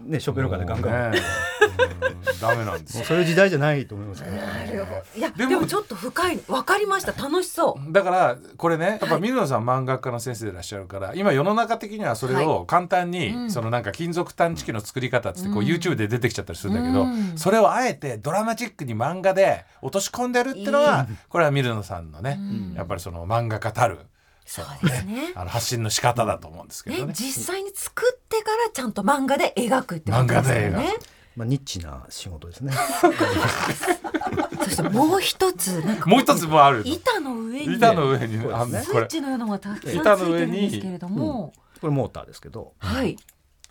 [SPEAKER 4] うねショベルカーでガンガン、
[SPEAKER 1] ねえダメなんです
[SPEAKER 3] もう
[SPEAKER 1] よ
[SPEAKER 3] そういう時代じゃないと思いますけど
[SPEAKER 2] なるほどいやで
[SPEAKER 1] で
[SPEAKER 2] も
[SPEAKER 1] も
[SPEAKER 2] ちょっと深いわかりました楽しそう
[SPEAKER 1] だからこれねやっぱ水野さん漫画家の先生でいらっしゃるから今世の中的にはそれを簡単に、
[SPEAKER 2] うん
[SPEAKER 1] そのなんか金属探知機の作り方っつってこう
[SPEAKER 2] うん
[SPEAKER 1] YouTube で出てきちゃったりするんだけど、
[SPEAKER 2] うん
[SPEAKER 1] それをあえてドラマチックに漫画で落とし込んでるってのはこれは水野さんのね、
[SPEAKER 2] ん
[SPEAKER 1] やっぱりその漫画家たる
[SPEAKER 2] そうですね
[SPEAKER 1] あの発信の仕方だと思うんですけど
[SPEAKER 2] ね
[SPEAKER 1] ね。
[SPEAKER 2] 実際に作ってからちゃんと漫画で描くってことですよ
[SPEAKER 1] 漫画で
[SPEAKER 2] ね
[SPEAKER 4] まあ、ニッチな仕事ですね。
[SPEAKER 2] そしてもう一つなんか
[SPEAKER 1] もう一つもある
[SPEAKER 2] 板の上に
[SPEAKER 1] 板の上にねあの
[SPEAKER 2] スイ
[SPEAKER 1] こ
[SPEAKER 2] ッ
[SPEAKER 1] れ
[SPEAKER 2] チのようなのがたくさんつ
[SPEAKER 1] 板
[SPEAKER 2] い
[SPEAKER 1] の
[SPEAKER 2] て
[SPEAKER 1] 上
[SPEAKER 2] るん
[SPEAKER 1] に
[SPEAKER 2] ですけれども、
[SPEAKER 4] これモーターですけど、
[SPEAKER 2] はい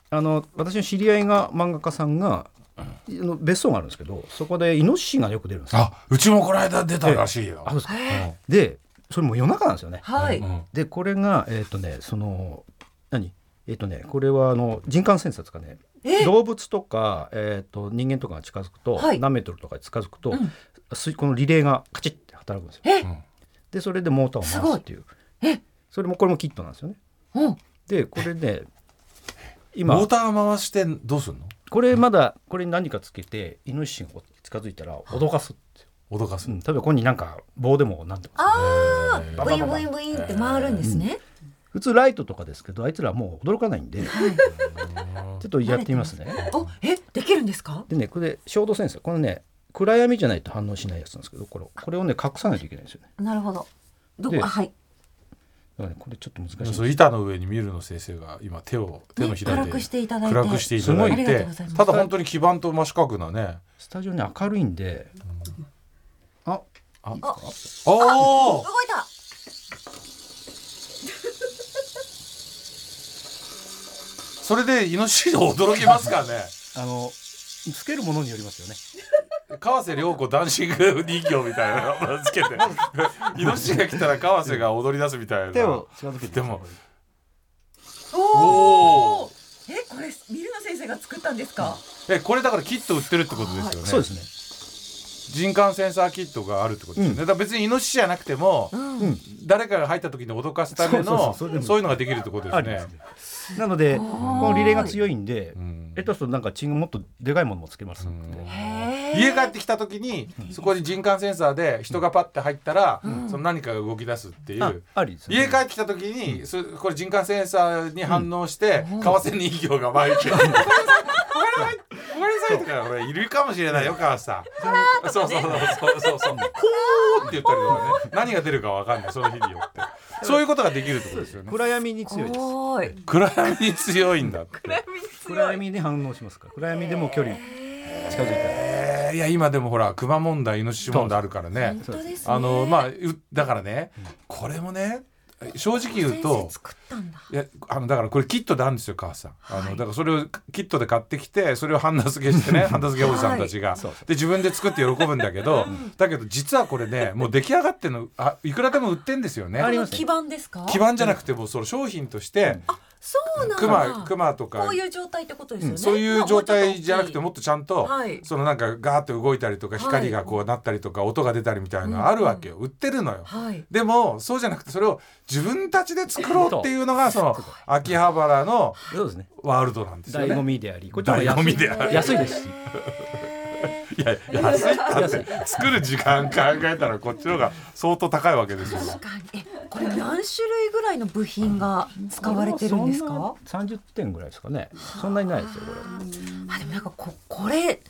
[SPEAKER 4] あの私の知り合いが漫画家さんが、あの別荘があるんですけど、そこでイノシシがよく出るんですよ。
[SPEAKER 1] あうちもこの間出たらしいよ
[SPEAKER 4] あ、そう。ですか。
[SPEAKER 2] へー
[SPEAKER 4] で、それも夜中なんですよね。
[SPEAKER 2] はい、
[SPEAKER 1] うん
[SPEAKER 4] で、これがえっ、とね、その何？えっ、とね、これはあの人感センサーですかね。
[SPEAKER 2] え
[SPEAKER 4] 動物とか、えー、と人間とかが近づくと、
[SPEAKER 2] はい
[SPEAKER 4] 何メートルとかに近づくと、
[SPEAKER 2] うん
[SPEAKER 4] すこのリレーがカチッって働くんですよ。
[SPEAKER 2] え
[SPEAKER 1] うん
[SPEAKER 4] でそれでモーター
[SPEAKER 2] す
[SPEAKER 4] を
[SPEAKER 2] ご
[SPEAKER 4] 回
[SPEAKER 2] い
[SPEAKER 4] すっていう
[SPEAKER 2] え
[SPEAKER 4] それもこれもキットなんですよね。
[SPEAKER 2] うん
[SPEAKER 4] でこれ
[SPEAKER 1] モ
[SPEAKER 4] ね
[SPEAKER 1] ー
[SPEAKER 4] 今
[SPEAKER 1] ター回してどうすんの
[SPEAKER 4] これまだこれに何かつけてイノシシがこう近づいたら脅かすっていう、
[SPEAKER 1] 脅かす
[SPEAKER 4] う
[SPEAKER 1] の
[SPEAKER 4] ん、例えばここになんか棒でもなんでも
[SPEAKER 2] あ
[SPEAKER 1] え
[SPEAKER 2] あ、
[SPEAKER 1] ー
[SPEAKER 2] ブインブインブインって回るんですね。
[SPEAKER 4] 普通ライトとかですけどあいつらもう驚かないんでちょっとやってみますね。
[SPEAKER 2] お、え、できるんですか？
[SPEAKER 4] でねこれ衝動センサーこのね暗闇じゃないと反応しないやつなんですけどこれこれをね隠さないといけないんですよね。
[SPEAKER 2] なるほど。どこ
[SPEAKER 4] で
[SPEAKER 2] あはい。
[SPEAKER 4] だからねこれちょっと難しいん
[SPEAKER 1] で
[SPEAKER 4] で
[SPEAKER 1] も
[SPEAKER 4] す
[SPEAKER 1] そ
[SPEAKER 4] よ
[SPEAKER 1] う板の上にミルの先生が今手を手のひらで、
[SPEAKER 2] ね暗くしていただいて
[SPEAKER 1] 暗くしていただい
[SPEAKER 4] すごい
[SPEAKER 2] あ
[SPEAKER 1] て
[SPEAKER 2] りがとうございます
[SPEAKER 1] ただ本当に基板と真四角なね
[SPEAKER 4] スタジオね明るいんで、あ
[SPEAKER 2] あ、
[SPEAKER 1] お
[SPEAKER 2] 動
[SPEAKER 1] お
[SPEAKER 2] いた。
[SPEAKER 1] それでイノシシの驚きますからね
[SPEAKER 4] あのつけるものによりますよね。
[SPEAKER 1] 川瀬良子ダンシング人形みたいなのをつけ てイノシシが来たら川瀬が踊り出すみたいな
[SPEAKER 4] 手を近づけて
[SPEAKER 1] でも
[SPEAKER 2] お
[SPEAKER 1] お
[SPEAKER 2] お。え、これミルナ先生が作ったんですか？
[SPEAKER 1] えこれだからキット売ってるってことですよね、
[SPEAKER 4] そうですね。
[SPEAKER 1] 人感センサーキットがあるってことですよね、
[SPEAKER 4] うん
[SPEAKER 1] だから別にイノシシじゃなくても、
[SPEAKER 2] うん。
[SPEAKER 4] うん
[SPEAKER 1] 誰かが入った時に脅かすための
[SPEAKER 4] そ
[SPEAKER 1] そう
[SPEAKER 4] そうそうそう
[SPEAKER 1] う
[SPEAKER 4] そ
[SPEAKER 1] い
[SPEAKER 4] れでも
[SPEAKER 1] うのができるってことです
[SPEAKER 4] ありま
[SPEAKER 1] ね
[SPEAKER 4] す。ねなので
[SPEAKER 2] お
[SPEAKER 4] こ
[SPEAKER 2] ー
[SPEAKER 4] のリレーが強いんで
[SPEAKER 1] う、ん
[SPEAKER 4] えっとするとなんかチングもっとでかいものもつけますので、
[SPEAKER 2] へー
[SPEAKER 1] 家帰ってきた時にそこに人感センサーで人がパッて入ったら、その何かが動き出すっていう。
[SPEAKER 4] あありですね。
[SPEAKER 1] 家帰ってきた時に、そこれ人感センサーに反応して、為替人形が巻いて「 ごめんなさいごめんなさい」ごめんなさいとかこれいるかもしれないよ川瀬さん。そうそうそうそうそうそう「ほー」って言ったりとかね何が出るかわかんないその日によってそういうことができるってことですよね。
[SPEAKER 4] 暗闇に強いです。
[SPEAKER 2] おーい。
[SPEAKER 1] 暗闇に強いんだって。
[SPEAKER 4] 暗闇で反応しますから暗闇でも距離近づいたら。
[SPEAKER 1] えーいや今でもほら熊問題イノシシ問題あるからね
[SPEAKER 2] 本当ですね。
[SPEAKER 1] あのまあうだからねこれもね正直言う
[SPEAKER 2] 先生
[SPEAKER 1] と
[SPEAKER 2] 作ったんだ。
[SPEAKER 1] いやあのだからこれキットであるんですよ母さん、あ
[SPEAKER 2] はい
[SPEAKER 1] のだからそれをキットで買ってきてそれをハンダ付けしてねハンダ付けおじさんたちが、
[SPEAKER 4] そうそ
[SPEAKER 1] で自分で作って喜ぶんだけど、だけど実はこれねもう出来上がってんのあいくらでも売ってんですよね
[SPEAKER 4] あり
[SPEAKER 2] こ
[SPEAKER 4] ま
[SPEAKER 2] の
[SPEAKER 4] す
[SPEAKER 2] 基盤ですか？
[SPEAKER 1] 基。盤じゃなくてもうその商品として、
[SPEAKER 2] そうなんだ。
[SPEAKER 1] クマクマとか
[SPEAKER 2] こういう状態ってことですよね。
[SPEAKER 1] そういう状態じゃなくてもっとちゃんと、
[SPEAKER 2] はい
[SPEAKER 1] そのなんかガーッと動いたりとか
[SPEAKER 2] はい
[SPEAKER 1] 光がこうなったりとか音が出たりみたいなのあるわけよ、売ってるのよ。
[SPEAKER 2] はい。
[SPEAKER 1] でもそうじゃなくてそれを自分たちで作ろうっていうのがその秋葉原の
[SPEAKER 4] そうですね。
[SPEAKER 1] ワールドなんですよ
[SPEAKER 4] 醍
[SPEAKER 1] ね
[SPEAKER 4] 醐。味であり、こっちも
[SPEAKER 1] 醍
[SPEAKER 4] 安
[SPEAKER 1] 醐味
[SPEAKER 4] い
[SPEAKER 1] である
[SPEAKER 4] 安いですし。
[SPEAKER 1] いや安いったって作る時間考えたらこっちの方が相当高いわけですよ。
[SPEAKER 2] 確かにえこれ何種類ぐらいの部品が使われてるんですか？
[SPEAKER 4] 三十点ぐらいですかね。そんなにないですよこれ。
[SPEAKER 2] あでもなんかここれ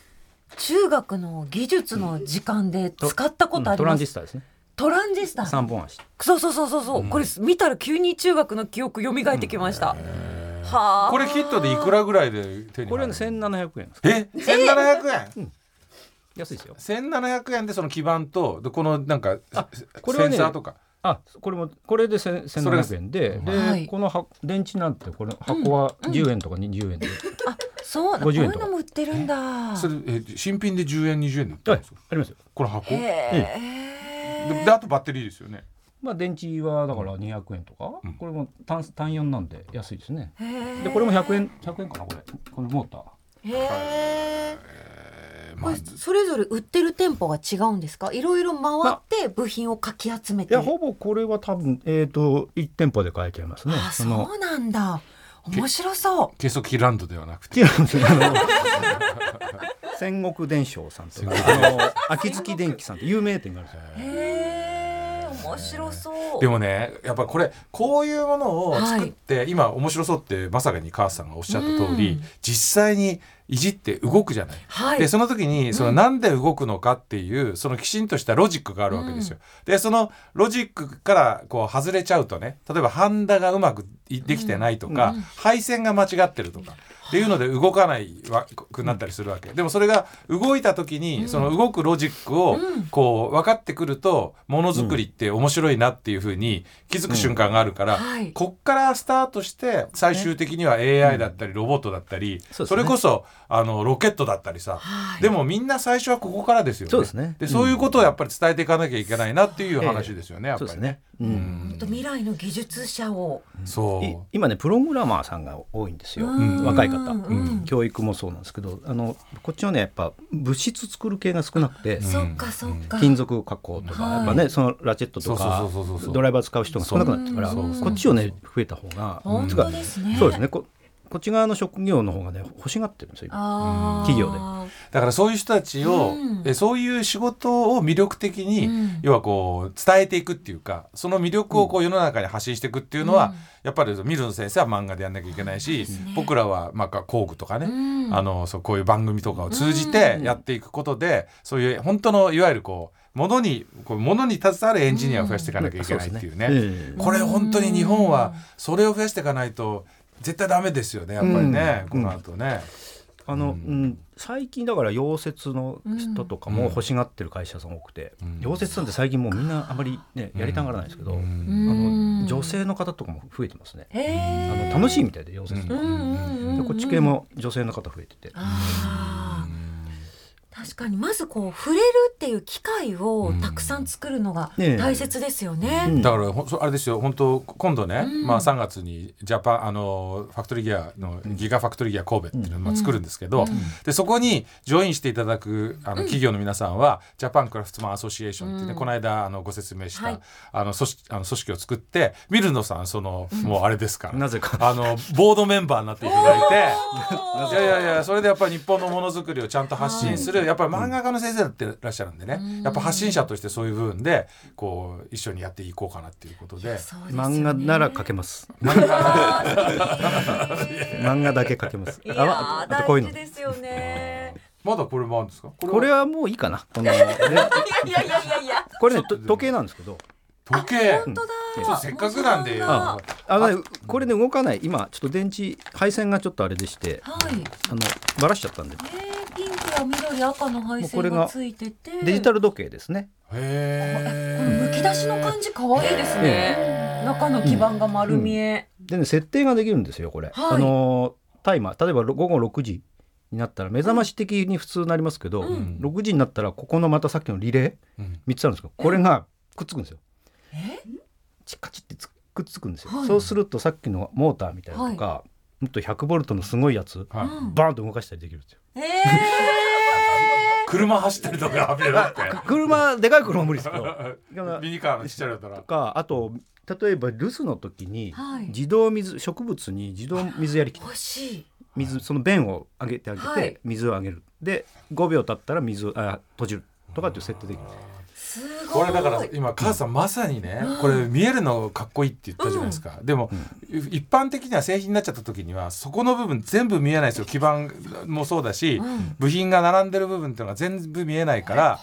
[SPEAKER 2] 中学の技術の時間で使ったことあり
[SPEAKER 4] トラ
[SPEAKER 2] ま
[SPEAKER 4] ンジ
[SPEAKER 2] す
[SPEAKER 4] ス。タですね。
[SPEAKER 2] トランジスタ。
[SPEAKER 4] 三本足。
[SPEAKER 2] そうそうそうそうそう。これ見たら急に中学の記憶蘇ってきました。はあ。
[SPEAKER 1] これヒットでいくらぐらいで手に入る
[SPEAKER 4] これね千七百円です。
[SPEAKER 1] え千七百円
[SPEAKER 4] 安いですよ。
[SPEAKER 1] 千七百円でその基盤とでこのなんか
[SPEAKER 4] あ
[SPEAKER 1] セ
[SPEAKER 4] これは
[SPEAKER 1] ン
[SPEAKER 4] ね
[SPEAKER 1] サーとか
[SPEAKER 4] あ、これもこれで千七百円で、で、
[SPEAKER 2] はい
[SPEAKER 4] この箱電池なんてこれ箱は十円とか二十円で、
[SPEAKER 2] そうなんだ。こう
[SPEAKER 4] 50
[SPEAKER 2] い
[SPEAKER 4] 円
[SPEAKER 2] う
[SPEAKER 4] と
[SPEAKER 2] のも売ってるんだ。
[SPEAKER 1] それえ新品で10円20円で売って
[SPEAKER 4] はい
[SPEAKER 1] ます
[SPEAKER 4] ありますよ。
[SPEAKER 1] この箱で
[SPEAKER 2] へえ。
[SPEAKER 1] であとバッテリーですよね
[SPEAKER 4] まあ電池はだから二百円とか、
[SPEAKER 1] うん
[SPEAKER 4] これも単単四なんで安いですね。
[SPEAKER 2] へえ
[SPEAKER 4] でこれも百円百円かなこれこれモーター。
[SPEAKER 2] へえ。こ
[SPEAKER 1] まあ
[SPEAKER 2] れそれぞれ売ってる店舗が違うんですか。いろいろ回って部品をかき集め
[SPEAKER 4] い
[SPEAKER 2] て。
[SPEAKER 4] やほぼこれは多分えっ、と一店舗で買えちゃいますね。
[SPEAKER 2] あ
[SPEAKER 4] の
[SPEAKER 2] そうなんだ。面白そう
[SPEAKER 1] 計測器ランドではなくて
[SPEAKER 4] 違うんですよあの戦国伝承さんとかあの秋月電機さんって有名店があるんです
[SPEAKER 2] へ
[SPEAKER 4] よ
[SPEAKER 2] え面白そう
[SPEAKER 1] でもねやっぱこれこういうものを作って、今面白そうってまさかに母さんがおっしゃった通り、
[SPEAKER 2] うん
[SPEAKER 1] 実際にいじって動くじゃない。
[SPEAKER 2] はい
[SPEAKER 1] でその時にそのなんで動くのかっていう、そのきちんとしたロジックがあるわけですよ。でそのロジックからこう外れちゃうとね例えばハンダがうまくいできてないとか、配線が間違ってるとか。っていうので動かないわくなったりするわけ、でもそれが動いた時にその動くロジックをこう分かってくるとものづくりって面白いなっていうふうに気づく瞬間があるから、
[SPEAKER 2] はい
[SPEAKER 1] こっからスタートして最終的には AI だったりロボットだったり、
[SPEAKER 4] そうですね
[SPEAKER 1] それこそあのロケットだったりさ、
[SPEAKER 2] はい
[SPEAKER 1] でもみんな最初はここからですよね。
[SPEAKER 4] そうですね
[SPEAKER 1] でそういうことをやっぱり伝えていかなきゃいけないなっていう話ですよね。やっぱ
[SPEAKER 4] そう
[SPEAKER 1] り
[SPEAKER 4] ですね、う
[SPEAKER 1] うん
[SPEAKER 2] 本
[SPEAKER 1] ん
[SPEAKER 2] 当未来の技術者を
[SPEAKER 1] そ。
[SPEAKER 4] いう今ねプログラマーさんが多いんですよ、
[SPEAKER 2] うん
[SPEAKER 4] 若い方、
[SPEAKER 2] うん
[SPEAKER 4] 教育もそうなんですけどあのこっちはねやっぱ物質作る系が少なくて、
[SPEAKER 2] そっかそっか
[SPEAKER 4] 金属加工とか、
[SPEAKER 2] はい
[SPEAKER 4] やっぱねそのラチェット
[SPEAKER 1] そ
[SPEAKER 4] と
[SPEAKER 1] うそう
[SPEAKER 4] か
[SPEAKER 1] そうそうそう
[SPEAKER 4] ドライバー使う人が少なくなってから
[SPEAKER 2] そうそうそう
[SPEAKER 4] こっちをね増えた方が
[SPEAKER 2] 本
[SPEAKER 4] つ
[SPEAKER 2] 当
[SPEAKER 4] か
[SPEAKER 2] ですね
[SPEAKER 4] そうですねここっち側の職業の方がね欲しがってるんですよ今
[SPEAKER 2] あー
[SPEAKER 4] 企業で
[SPEAKER 1] だからそういう人たちを、
[SPEAKER 2] うん
[SPEAKER 1] えそういう仕事を魅力的に、
[SPEAKER 2] うん
[SPEAKER 1] 要はこう伝えていくっていうかその魅力をこう世の中に発信していくっていうのは、
[SPEAKER 2] うん
[SPEAKER 1] やっぱり水野先生は漫画でやんなきゃいけないし、
[SPEAKER 2] ね
[SPEAKER 1] 僕らはまあ工具とかね、
[SPEAKER 2] うん
[SPEAKER 1] あのそうこういう番組とかを通じてやっていくことで、そういう本当のいわゆるこうものにこうものに携わるエンジニアを増やしていかなきゃいけないっていうね。
[SPEAKER 4] そうですね
[SPEAKER 1] これ本当に日本はそれを増やしていかないと絶対ダメですよねやっぱりね、
[SPEAKER 4] うん
[SPEAKER 1] この後ね。
[SPEAKER 4] あの、
[SPEAKER 1] う
[SPEAKER 4] うんん最近だから溶接の人とかも欲しがってる会社さん多くて、
[SPEAKER 1] うん
[SPEAKER 4] 溶接なんて最近もうみんなあまりねやりたがらないですけど、
[SPEAKER 1] うん
[SPEAKER 2] うん
[SPEAKER 4] あ
[SPEAKER 2] うん
[SPEAKER 4] の女性の方とかも増えてますね、
[SPEAKER 2] へ
[SPEAKER 4] あ
[SPEAKER 2] え
[SPEAKER 4] の楽しいみたいで溶接とか、
[SPEAKER 2] うんうんうんうん
[SPEAKER 4] でこっち系も女性の方増えてて、
[SPEAKER 2] あー確かにまずこう触れるっていう機会をたくさん作るのが
[SPEAKER 4] ねえ
[SPEAKER 2] 大切ですよね。
[SPEAKER 4] うん
[SPEAKER 1] だからほんそうあれですよ本当今度ね、
[SPEAKER 2] うん
[SPEAKER 1] まあ、3月にジャパンあのファクトリーギアのギガファクトリーギア神戸っていうのをまあ作るんですけど、でそこにジョインしていただくあの企業の皆さんは、ジャパンクラフトマンアソシエーションってね、
[SPEAKER 2] うん
[SPEAKER 1] この間あのご説明した、
[SPEAKER 2] はい
[SPEAKER 1] あの組織あの組織を作ってミルノさんその、もうあれですから
[SPEAKER 4] なぜか
[SPEAKER 1] あのボードメンバーになっていただいて。
[SPEAKER 2] おー
[SPEAKER 1] い やいやいやそれでやっぱり日本のものづくりをちゃんと発信するやっぱり漫画家の先生だっていらっしゃるんでね、
[SPEAKER 2] うん
[SPEAKER 1] やっぱ発信者としてそういう部分でこう一緒にやっていこうかなっていうことで
[SPEAKER 2] そうですよね
[SPEAKER 4] 漫画なら描けます
[SPEAKER 2] あ
[SPEAKER 4] 漫画だけ描けます
[SPEAKER 2] ーい
[SPEAKER 4] あ
[SPEAKER 2] や
[SPEAKER 4] あ
[SPEAKER 2] ー
[SPEAKER 4] とこう
[SPEAKER 2] 大
[SPEAKER 4] いうの
[SPEAKER 2] 事ですよね。
[SPEAKER 1] まだこれもあるんですか
[SPEAKER 4] これ
[SPEAKER 1] は
[SPEAKER 4] はもういいかなこのね
[SPEAKER 2] いやいやいやいや。
[SPEAKER 4] これねと時計なんですけど
[SPEAKER 1] 時計
[SPEAKER 2] 本当だ
[SPEAKER 4] うん。
[SPEAKER 1] そうせっかくなんで
[SPEAKER 2] は
[SPEAKER 4] あのねこれね動かない今ちょっと電池配線がちょっとあれでして
[SPEAKER 2] い。
[SPEAKER 4] あのバラしちゃったんで
[SPEAKER 2] えー、ピンクや緑赤の配線がついてて。
[SPEAKER 4] デジタ
[SPEAKER 2] ル。
[SPEAKER 4] ル時計ですね
[SPEAKER 2] この
[SPEAKER 1] へえ
[SPEAKER 2] むき出しの感じ可愛いですね。中の基板が丸見え。
[SPEAKER 4] でね設定ができるんですよこれ、
[SPEAKER 2] はい
[SPEAKER 4] あのータイマー例えばろ午後6時になったら目覚まし的に普通になりますけど、
[SPEAKER 1] ん
[SPEAKER 4] 6時になったらここのまたさっきのリレ
[SPEAKER 1] うん
[SPEAKER 4] ー3つあるんですけどこれがくっつくんですよ
[SPEAKER 2] え？
[SPEAKER 4] チッカチッってつくっつくんですよ、
[SPEAKER 2] はい
[SPEAKER 4] そうするとさっきのモーターみたいなのとか、もっと100ボルトのすごいやつ
[SPEAKER 1] はい
[SPEAKER 2] うん
[SPEAKER 4] バーンと動かしたりできるんですよ
[SPEAKER 2] え
[SPEAKER 1] 車走ってるとか危なくて
[SPEAKER 4] 車でかい車は無理ですけど だか ら
[SPEAKER 1] ミニカーのちっちゃいのだったら
[SPEAKER 4] とかあと例えば留守の時に
[SPEAKER 2] はい
[SPEAKER 4] 自動水植物に自動水やり
[SPEAKER 2] ー、
[SPEAKER 4] 器
[SPEAKER 2] 欲しい。
[SPEAKER 4] 水その便を上げてあげて、
[SPEAKER 2] はい
[SPEAKER 4] 水をあげるで5秒経ったら水をあ閉じるとかっていう設定できる
[SPEAKER 2] すご
[SPEAKER 1] こ
[SPEAKER 2] い。
[SPEAKER 1] れだから今母さんまさにねこれ見えるのかっこいいって言ったじゃないですかでも一般的には製品になっちゃった時にはそこの部分全部見えないですよ基板もそうだし
[SPEAKER 2] うん
[SPEAKER 1] 部品が並んでる部分っていうのが全部見えないから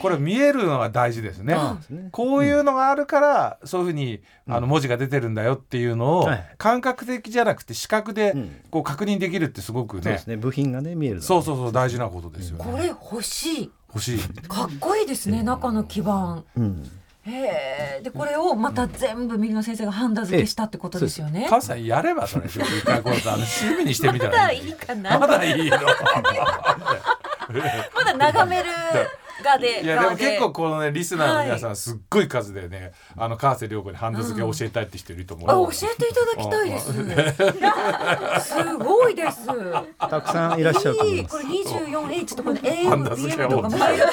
[SPEAKER 1] これ見えるのが大事ですね
[SPEAKER 4] ね
[SPEAKER 1] こういうのがあるからそういうふうにあの文字が出てるんだよっていうのを
[SPEAKER 4] はい
[SPEAKER 1] 感覚的じゃなくて視覚でこう確認できるってすごく
[SPEAKER 4] そうで
[SPEAKER 1] ね
[SPEAKER 4] すね部品がね見えるの
[SPEAKER 1] そうそうそう大事なことですよ
[SPEAKER 2] こ
[SPEAKER 1] ね
[SPEAKER 2] れ欲しい。
[SPEAKER 1] 欲しい
[SPEAKER 2] かっこいいですね、中の基盤。
[SPEAKER 4] うん
[SPEAKER 2] へえ、で、これをまた全部右の先生がハンダ付けしたってことですよね。
[SPEAKER 1] 母さんやればそれ一回こうさあの趣味にしてみた
[SPEAKER 2] まだ
[SPEAKER 1] ら
[SPEAKER 2] いいかな。
[SPEAKER 1] ま
[SPEAKER 2] まだ
[SPEAKER 1] だいいの。
[SPEAKER 2] 眺めるがで。
[SPEAKER 1] いやでも結構
[SPEAKER 2] 構。
[SPEAKER 1] このねリスナーの皆さんすっごい数でね、あの川瀬良子にハンダ付けを教えたいって人いると思う。
[SPEAKER 2] あ、教えていただきたいです。すごいです。
[SPEAKER 4] たくさんいらっしゃると思
[SPEAKER 2] い
[SPEAKER 4] い
[SPEAKER 2] い、
[SPEAKER 4] ま
[SPEAKER 2] こ
[SPEAKER 4] す
[SPEAKER 2] れ二十四 H とこの
[SPEAKER 1] ハンダ
[SPEAKER 2] AM、
[SPEAKER 1] 付け
[SPEAKER 2] PM
[SPEAKER 1] を
[SPEAKER 2] とか見えるけど
[SPEAKER 4] う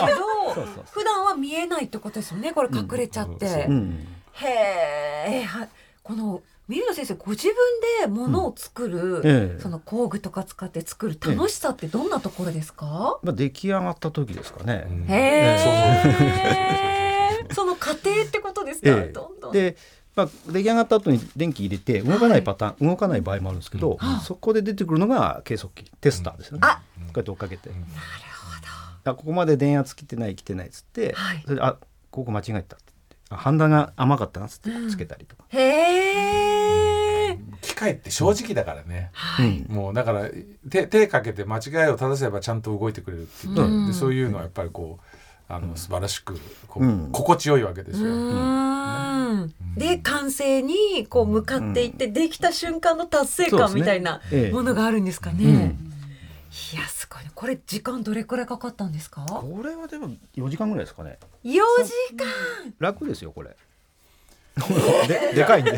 [SPEAKER 4] そう、
[SPEAKER 2] 普段は見えないってことですよね。これ隠れちゃって。
[SPEAKER 4] うん
[SPEAKER 2] へえ、はこの三浦先生ご自分でものを作る、
[SPEAKER 4] ええ
[SPEAKER 2] その工具とか使って作る楽しさってどんなところですか、
[SPEAKER 4] まあ、出来上がった時ですかね。
[SPEAKER 1] うん
[SPEAKER 2] へ
[SPEAKER 1] え
[SPEAKER 2] えその過程ってことですか、
[SPEAKER 4] ええ
[SPEAKER 2] どんどん
[SPEAKER 4] で、まあ、出来上がった後に電気入れて動かないパターン、動かない場合もあるんですけど、
[SPEAKER 2] うん
[SPEAKER 4] そこで出てくるのが計測器テスターですよね。
[SPEAKER 2] あ
[SPEAKER 4] こうやって追っかけて、
[SPEAKER 1] うん
[SPEAKER 4] あここまで電圧来てない来てないっつって、
[SPEAKER 2] はい
[SPEAKER 4] それであここ間違えたって言ってあ判断が甘かったなっつって
[SPEAKER 2] うん
[SPEAKER 4] つけたりとか、
[SPEAKER 2] へえ
[SPEAKER 1] 機械って正直だからね、
[SPEAKER 2] はい、
[SPEAKER 4] うん
[SPEAKER 1] もうだから手手かけて間違いを正せばちゃんと動いてくれるっていうか、
[SPEAKER 2] うん
[SPEAKER 1] でそういうのはやっぱりこうあの素晴らしくこう、
[SPEAKER 4] うん
[SPEAKER 1] 心地よいわけですよ。
[SPEAKER 2] うーんで完成にこう向かっていってできた瞬間の達成
[SPEAKER 4] そうで
[SPEAKER 2] 感
[SPEAKER 4] すね
[SPEAKER 2] みたいな
[SPEAKER 4] ええ
[SPEAKER 2] ものがあるんですかね。
[SPEAKER 4] うん
[SPEAKER 2] いやすごいねこれ時間どれくらいかかったんですか
[SPEAKER 4] これはでも4時間ぐらいですかね
[SPEAKER 2] 4時間
[SPEAKER 4] 楽ですよこれででかいんで
[SPEAKER 1] い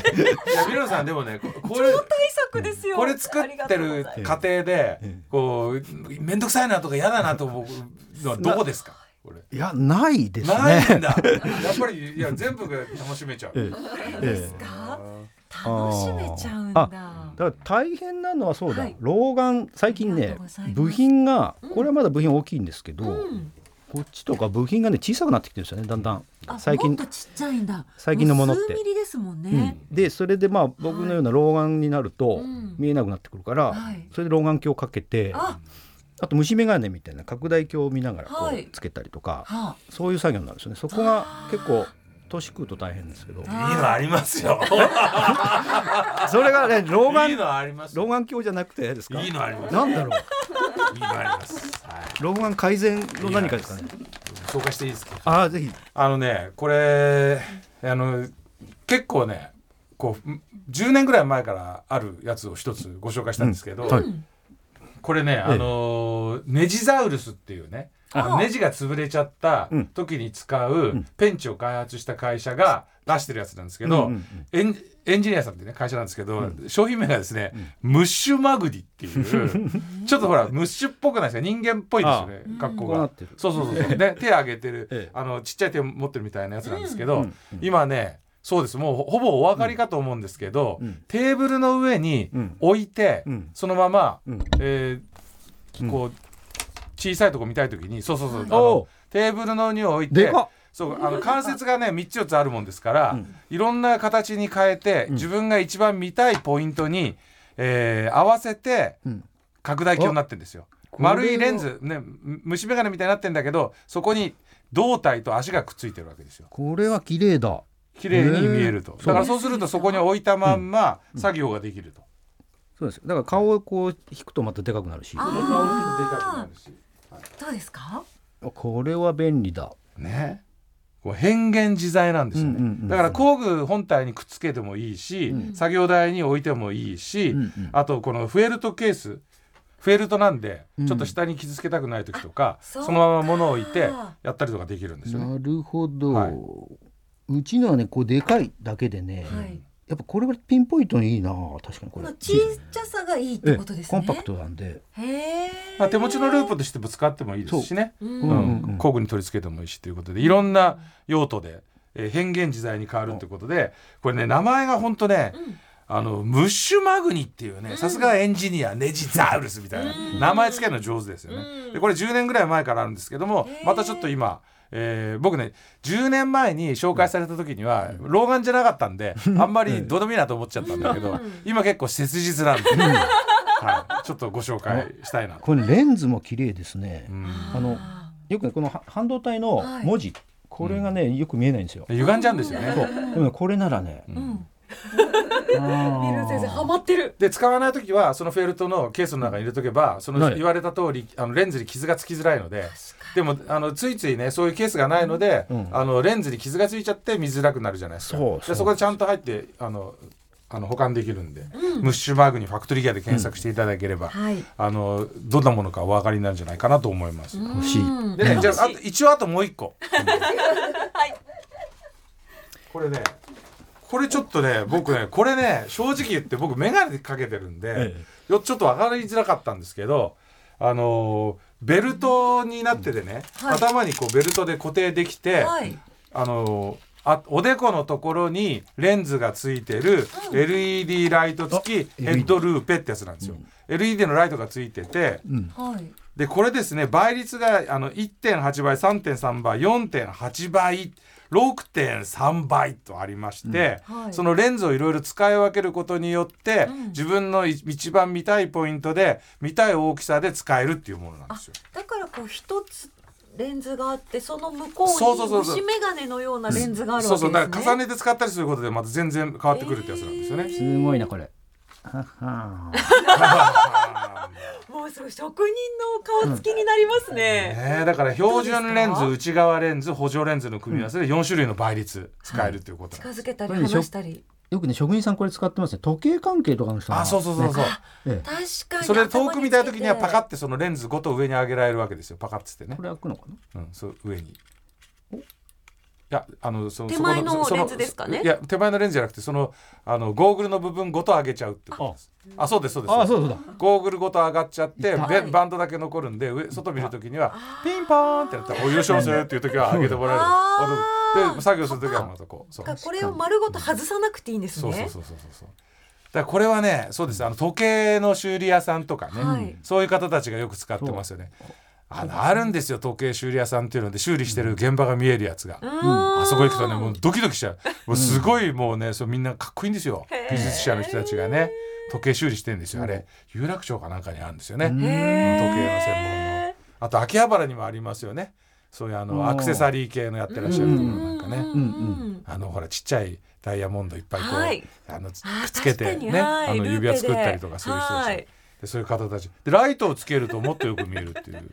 [SPEAKER 1] やミロさんでもねここれ
[SPEAKER 2] 対策ですよ
[SPEAKER 1] これ作っ
[SPEAKER 2] あ
[SPEAKER 1] てる
[SPEAKER 2] りがとうございま
[SPEAKER 1] 過程でこう面倒くさいなとか嫌だなと思うのはどこですかこれ
[SPEAKER 4] いやないです
[SPEAKER 1] ないん
[SPEAKER 4] ね。
[SPEAKER 1] だやっぱりいや全部が楽しめちゃう。
[SPEAKER 4] ええ
[SPEAKER 2] すです
[SPEAKER 4] ええ
[SPEAKER 2] か
[SPEAKER 4] あ
[SPEAKER 2] 楽し
[SPEAKER 4] ー
[SPEAKER 2] めちゃうんだ
[SPEAKER 4] だから大変なのはそうだ、
[SPEAKER 2] はい
[SPEAKER 4] 老眼最近
[SPEAKER 2] ありが
[SPEAKER 4] ね
[SPEAKER 2] とうございます
[SPEAKER 4] 部品が
[SPEAKER 2] うん
[SPEAKER 4] これはまだ部品大きいんですけど、
[SPEAKER 2] うん
[SPEAKER 4] こっちとか部品がね小さくなってきてるんですよねだんだん
[SPEAKER 2] あ
[SPEAKER 4] 最
[SPEAKER 2] も
[SPEAKER 4] 近
[SPEAKER 2] っとちっちゃいんだ
[SPEAKER 4] 最近のものっ
[SPEAKER 2] う
[SPEAKER 4] て
[SPEAKER 2] 数ミリですもん
[SPEAKER 4] う
[SPEAKER 2] ね
[SPEAKER 4] ん、でそれでまあ僕のような老眼になると
[SPEAKER 2] うん
[SPEAKER 4] 見えなくなってくるから、
[SPEAKER 2] はい
[SPEAKER 4] それで老眼鏡をかけてあ
[SPEAKER 2] あ
[SPEAKER 4] と虫眼鏡みたいな拡大鏡を見ながらこ
[SPEAKER 2] はいう
[SPEAKER 4] つけたりとか、
[SPEAKER 2] は
[SPEAKER 4] そういう作業になるんですよねそこが結構年食うと大変ですけど
[SPEAKER 2] あ
[SPEAKER 1] いいのありますよ。
[SPEAKER 4] それがね老
[SPEAKER 1] いい
[SPEAKER 4] 眼
[SPEAKER 1] のあります。
[SPEAKER 4] 老眼鏡じゃなくてですか
[SPEAKER 1] いいのあります。
[SPEAKER 4] なんだろう
[SPEAKER 1] いいのあります。はい。
[SPEAKER 4] 老眼改善の何かですかね
[SPEAKER 1] 紹介していいですか。
[SPEAKER 4] ああぜひ
[SPEAKER 1] あのねこれあの結構ねこうん10年ぐらい前からあるやつを一つご紹介したんですけど、
[SPEAKER 4] はい
[SPEAKER 1] これね、あのネジザウルスっていうねあのネジが潰れちゃった
[SPEAKER 4] うん
[SPEAKER 1] 時に使うペンチを開発した会社が出してるやつなんですけど、
[SPEAKER 4] うんうん
[SPEAKER 1] エンエンジニアさんってね会社なんですけど、商品名がですね、ムッシュマグディってい うちょっとほらムッシュっぽくないですか人間っぽいですよね格好
[SPEAKER 4] こうな
[SPEAKER 1] が
[SPEAKER 4] ってる。
[SPEAKER 1] そうそうそうそう。で手上げてる、
[SPEAKER 4] ええ
[SPEAKER 1] あのちっちゃい手持ってるみたいなやつなんですけど、
[SPEAKER 4] うんうんうん
[SPEAKER 1] 今ねそうですもうほほぼお分かりかと思うんですけど、
[SPEAKER 4] うん
[SPEAKER 1] テーブルの上に
[SPEAKER 4] うん
[SPEAKER 1] 置いて、
[SPEAKER 4] うん
[SPEAKER 1] そのまま、
[SPEAKER 4] うん
[SPEAKER 1] えー
[SPEAKER 4] うん
[SPEAKER 1] こう小さいとこ見たいときにそうそうそう、あ
[SPEAKER 4] おう
[SPEAKER 1] のテーブルの上に置い
[SPEAKER 4] で
[SPEAKER 1] て
[SPEAKER 4] かっ
[SPEAKER 1] そうあの関節がね3つ4つあるもんですから、
[SPEAKER 4] うん
[SPEAKER 1] いろんな形に変えて、自分が一番見たいポイントに、えー合わせて
[SPEAKER 4] うん
[SPEAKER 1] 拡大鏡になってるんですよ。
[SPEAKER 4] これは
[SPEAKER 1] 丸いレンズ、ね、む虫眼鏡みたいになってんだけどそこに胴体と足がくっついてるわけですよ。
[SPEAKER 4] これは綺麗だ。
[SPEAKER 1] 綺麗に見えると、
[SPEAKER 4] へー
[SPEAKER 1] だからそうするとそこに置いたまんま作業ができると。
[SPEAKER 4] そうですよ。だから顔をこう引くとまたでかくなるし、
[SPEAKER 2] あーどうですか
[SPEAKER 4] これは便利だ。
[SPEAKER 1] ねこう変幻自在なんですよね、
[SPEAKER 4] うんうんうん
[SPEAKER 1] だから工具本体にくっつけてもいいし、作業台に置いてもいいし、
[SPEAKER 4] うんうん
[SPEAKER 1] あとこのフェルトケースフェルトなんで
[SPEAKER 4] ん
[SPEAKER 1] ちょっと下に傷つけたくない時とか、
[SPEAKER 2] そうか
[SPEAKER 1] そのまま物を置いてやったりとかできるんですよね。
[SPEAKER 4] なるほど。
[SPEAKER 1] はいう
[SPEAKER 4] ちのはね、こうでかいだけでね、
[SPEAKER 2] はい
[SPEAKER 4] やっぱこれはピンポイントにいいな。確かに
[SPEAKER 2] こ
[SPEAKER 4] これ。
[SPEAKER 2] の小ささがいいって
[SPEAKER 4] ええ
[SPEAKER 2] ことです
[SPEAKER 4] コ
[SPEAKER 2] ね
[SPEAKER 4] ンパクトなんで。
[SPEAKER 2] へえ
[SPEAKER 1] まあ手持ちのループとしても使ってもいいですしね、
[SPEAKER 2] う
[SPEAKER 1] うん
[SPEAKER 4] ん
[SPEAKER 1] ん工具に取り付けてもいいしということでいろんな用途で、えー変幻自在に変わるということでこれね名前がほんとね、あのムッシュマグニっていうねさすがエンジニアネジザウルスみたいな、名前付けるの上手ですよね。でこれ10年ぐらい前からあるんですけどもまたちょっと今。えー僕ね10年前に紹介された時には老眼じゃなかったんであんまりどうでもいいなと思っちゃったんだけど今結構切実なんで、はい、ちょっとご紹介したいなと
[SPEAKER 4] これレンズも綺麗ですね。
[SPEAKER 1] ん
[SPEAKER 4] あのよくねこのは半導体の文字、これがねよく見えないんですよ。
[SPEAKER 1] 歪んじゃうんですよね。
[SPEAKER 4] そう。でもねこれならね。
[SPEAKER 2] ミル先生ハマってる
[SPEAKER 1] で使わない時はそのフェルトのケースの中に入れとけばそ
[SPEAKER 4] は
[SPEAKER 1] の
[SPEAKER 4] い
[SPEAKER 1] 言われた通りあのレンズに傷がつきづらいのででもあのついついねそういうケースがないので、
[SPEAKER 4] うん
[SPEAKER 1] あのレンズに傷がついちゃって見づらくなるじゃないですか
[SPEAKER 4] そうそう
[SPEAKER 1] でそこでちゃんと入ってあのあの保管できるんで、ムッシュバーグにファクトリーギアで検索していただければ、
[SPEAKER 2] はい
[SPEAKER 1] あのどんなものかお分かりになるんじゃないかなと思います。
[SPEAKER 4] 欲しい。
[SPEAKER 1] でね、じゃああと一応あともう一個。
[SPEAKER 2] はい
[SPEAKER 1] これねこれちょっとね僕ねこれね正直言って僕眼鏡かけてるんで、
[SPEAKER 4] え
[SPEAKER 1] よちょっと分かりづらかったんですけどあのーベルトになっててね、
[SPEAKER 2] はい
[SPEAKER 1] 頭にこうベルトで固定できて、
[SPEAKER 2] はい
[SPEAKER 1] あのーあおでこのところにレンズがついてる LED ライト付きヘッドルーペってやつなんですよ。LED のライトがついてて、
[SPEAKER 2] はい。
[SPEAKER 1] でこれですね倍率があの1.8倍3.3倍4.8倍6.3倍とありまして、
[SPEAKER 2] うんはい
[SPEAKER 1] そのレンズをいろいろ使い分けることによって、
[SPEAKER 2] うん
[SPEAKER 1] 自分のい一番見たいポイントで見たい大きさで使えるっていうものなんですよ。
[SPEAKER 2] だからこう一つレンズがあってその向こう
[SPEAKER 1] そうそ
[SPEAKER 2] に
[SPEAKER 1] うそうそう
[SPEAKER 2] 虫眼鏡のようなレンズがあるわけ
[SPEAKER 1] そ
[SPEAKER 2] で
[SPEAKER 1] う
[SPEAKER 2] す
[SPEAKER 1] そ
[SPEAKER 2] ね。
[SPEAKER 1] うだから重ねて使ったりすることでまた全然変わってくるってやつなんで すよね。
[SPEAKER 2] え
[SPEAKER 4] すごいなこれ。はは
[SPEAKER 2] ーもうすごい職人の顔つきになりますね。
[SPEAKER 1] ねえだから標準レンズ
[SPEAKER 2] どう
[SPEAKER 1] 内側レンズ補助レンズの組み合わせで4種類の倍率使えるということなん
[SPEAKER 2] 近
[SPEAKER 1] です、
[SPEAKER 2] づけたり
[SPEAKER 4] これでしょ
[SPEAKER 2] 離したり。
[SPEAKER 4] よくね職人さんこれ使ってますね時計関係とかの人が
[SPEAKER 1] あそうそうそうそう、
[SPEAKER 4] ええ
[SPEAKER 2] 確かに。
[SPEAKER 1] それで遠く見たい時にはパカってそのレンズごと上に上げられるわけですよパカッつってね
[SPEAKER 4] こ、れ開くのかな
[SPEAKER 1] うん、そう上にいやあのその
[SPEAKER 2] 手前の
[SPEAKER 1] そこそ
[SPEAKER 2] レンズですかね
[SPEAKER 1] いや手前のレンズじゃなくてそのあのゴーグルの部分ごと上げちゃうってことですあそうですそうです
[SPEAKER 4] あそうそうだ
[SPEAKER 1] ゴーグルごと上がっちゃって
[SPEAKER 2] はい
[SPEAKER 1] ベバンドだけ残るんで上外見るときにはピンポーンってなったら「お優勝する」っていう時は上げてもらえる
[SPEAKER 2] あー
[SPEAKER 1] あでで作業する時はまたこうそう
[SPEAKER 2] なんかこれを丸ごと外さなくていいんです
[SPEAKER 1] そうそう
[SPEAKER 2] ね。
[SPEAKER 1] そうそうそうだからこれはねそうですあの時計の修理屋さんとかね、
[SPEAKER 2] はい
[SPEAKER 1] そういう方たちがよく使ってますよねあのあるんですよ時計修理屋さんっていうので修理してる現場が見えるやつが、
[SPEAKER 2] あ
[SPEAKER 1] あそこ行くとねもうドキドキしちゃうもうすごいもうねそうみんなかっこいいんですよ
[SPEAKER 2] へー
[SPEAKER 1] 技術者の人たちがね時計修理してるんですよあれ有楽町かなんかにあるんですよね、
[SPEAKER 4] うん
[SPEAKER 2] 時
[SPEAKER 1] 時計の専門のあと秋葉原にもありますよねそういうあ
[SPEAKER 4] お
[SPEAKER 1] の
[SPEAKER 4] ー
[SPEAKER 1] アクセサリー系のやってらっしゃるところなんかね、
[SPEAKER 2] うん
[SPEAKER 4] ん
[SPEAKER 1] あのほらちっちゃいダイヤモンドいっぱいこう、
[SPEAKER 2] はい
[SPEAKER 1] あのつ
[SPEAKER 2] あー
[SPEAKER 1] くっつけて
[SPEAKER 2] 確かに
[SPEAKER 1] ね
[SPEAKER 2] はい
[SPEAKER 1] あ
[SPEAKER 2] ルーペ
[SPEAKER 1] の
[SPEAKER 2] で
[SPEAKER 1] 指輪作ったりとかそういう人たち、
[SPEAKER 2] はい
[SPEAKER 1] でそういう方たちでライトをつけるともっとよく見えるって いう、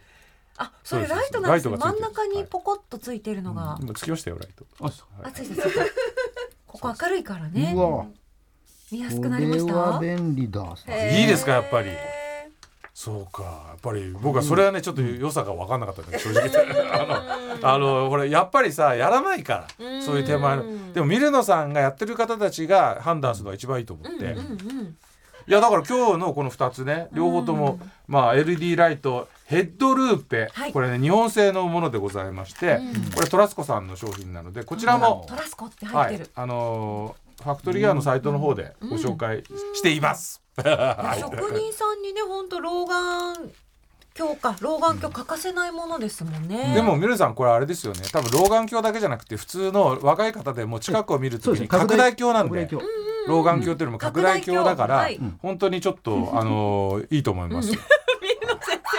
[SPEAKER 2] あ、それ
[SPEAKER 1] そう
[SPEAKER 2] ラ
[SPEAKER 1] で
[SPEAKER 2] イ
[SPEAKER 1] す
[SPEAKER 2] トなんです
[SPEAKER 1] ラ
[SPEAKER 2] ね。
[SPEAKER 1] イトが
[SPEAKER 2] 真
[SPEAKER 1] つい
[SPEAKER 2] ん
[SPEAKER 1] てる
[SPEAKER 2] 中にポコッとついてるのが。
[SPEAKER 1] 今つきましたよライト
[SPEAKER 4] あそう
[SPEAKER 2] あ、ついてるついて る。ここ明るいからね
[SPEAKER 4] う。わ
[SPEAKER 2] 見やすくなりまし
[SPEAKER 4] これ
[SPEAKER 2] た
[SPEAKER 4] は。便利だ
[SPEAKER 2] へー
[SPEAKER 1] いいですかやっぱりそうかやっぱり僕はそれはねちょっと良さが分かんなかったんだけど正直 あのあのほらやっぱりさやらないから
[SPEAKER 2] うん
[SPEAKER 1] そういう手前のでもミルノさんがやってる方たちが判断するのが一番いいと思って、
[SPEAKER 2] うんうん
[SPEAKER 1] いやだから今日のこの2つね両方とも、まあ、LED ライトヘッドルーペ、
[SPEAKER 2] はい
[SPEAKER 1] これね日本製のものでございまして、
[SPEAKER 2] うん
[SPEAKER 1] これトラスコさんの商品なのでこちら
[SPEAKER 2] うん。
[SPEAKER 1] も
[SPEAKER 2] ト、ラスコって入っ
[SPEAKER 1] は
[SPEAKER 2] て
[SPEAKER 1] い
[SPEAKER 2] る。
[SPEAKER 1] あのーファクトリーギアのサイトの方でご紹介しています。はい
[SPEAKER 2] 職人さんにね、本当老眼鏡か老眼鏡欠かせないものですもんね。
[SPEAKER 1] でもミルさんこれあれですよね多分老眼鏡だけじゃなくて普通の若い方でも近くを見るときに拡大鏡なんで
[SPEAKER 4] 拡大鏡
[SPEAKER 1] 老眼鏡っていうのも拡大鏡だから
[SPEAKER 2] 拡大鏡は
[SPEAKER 1] 本当にちょっ とあのーいいと思います。
[SPEAKER 2] 水野先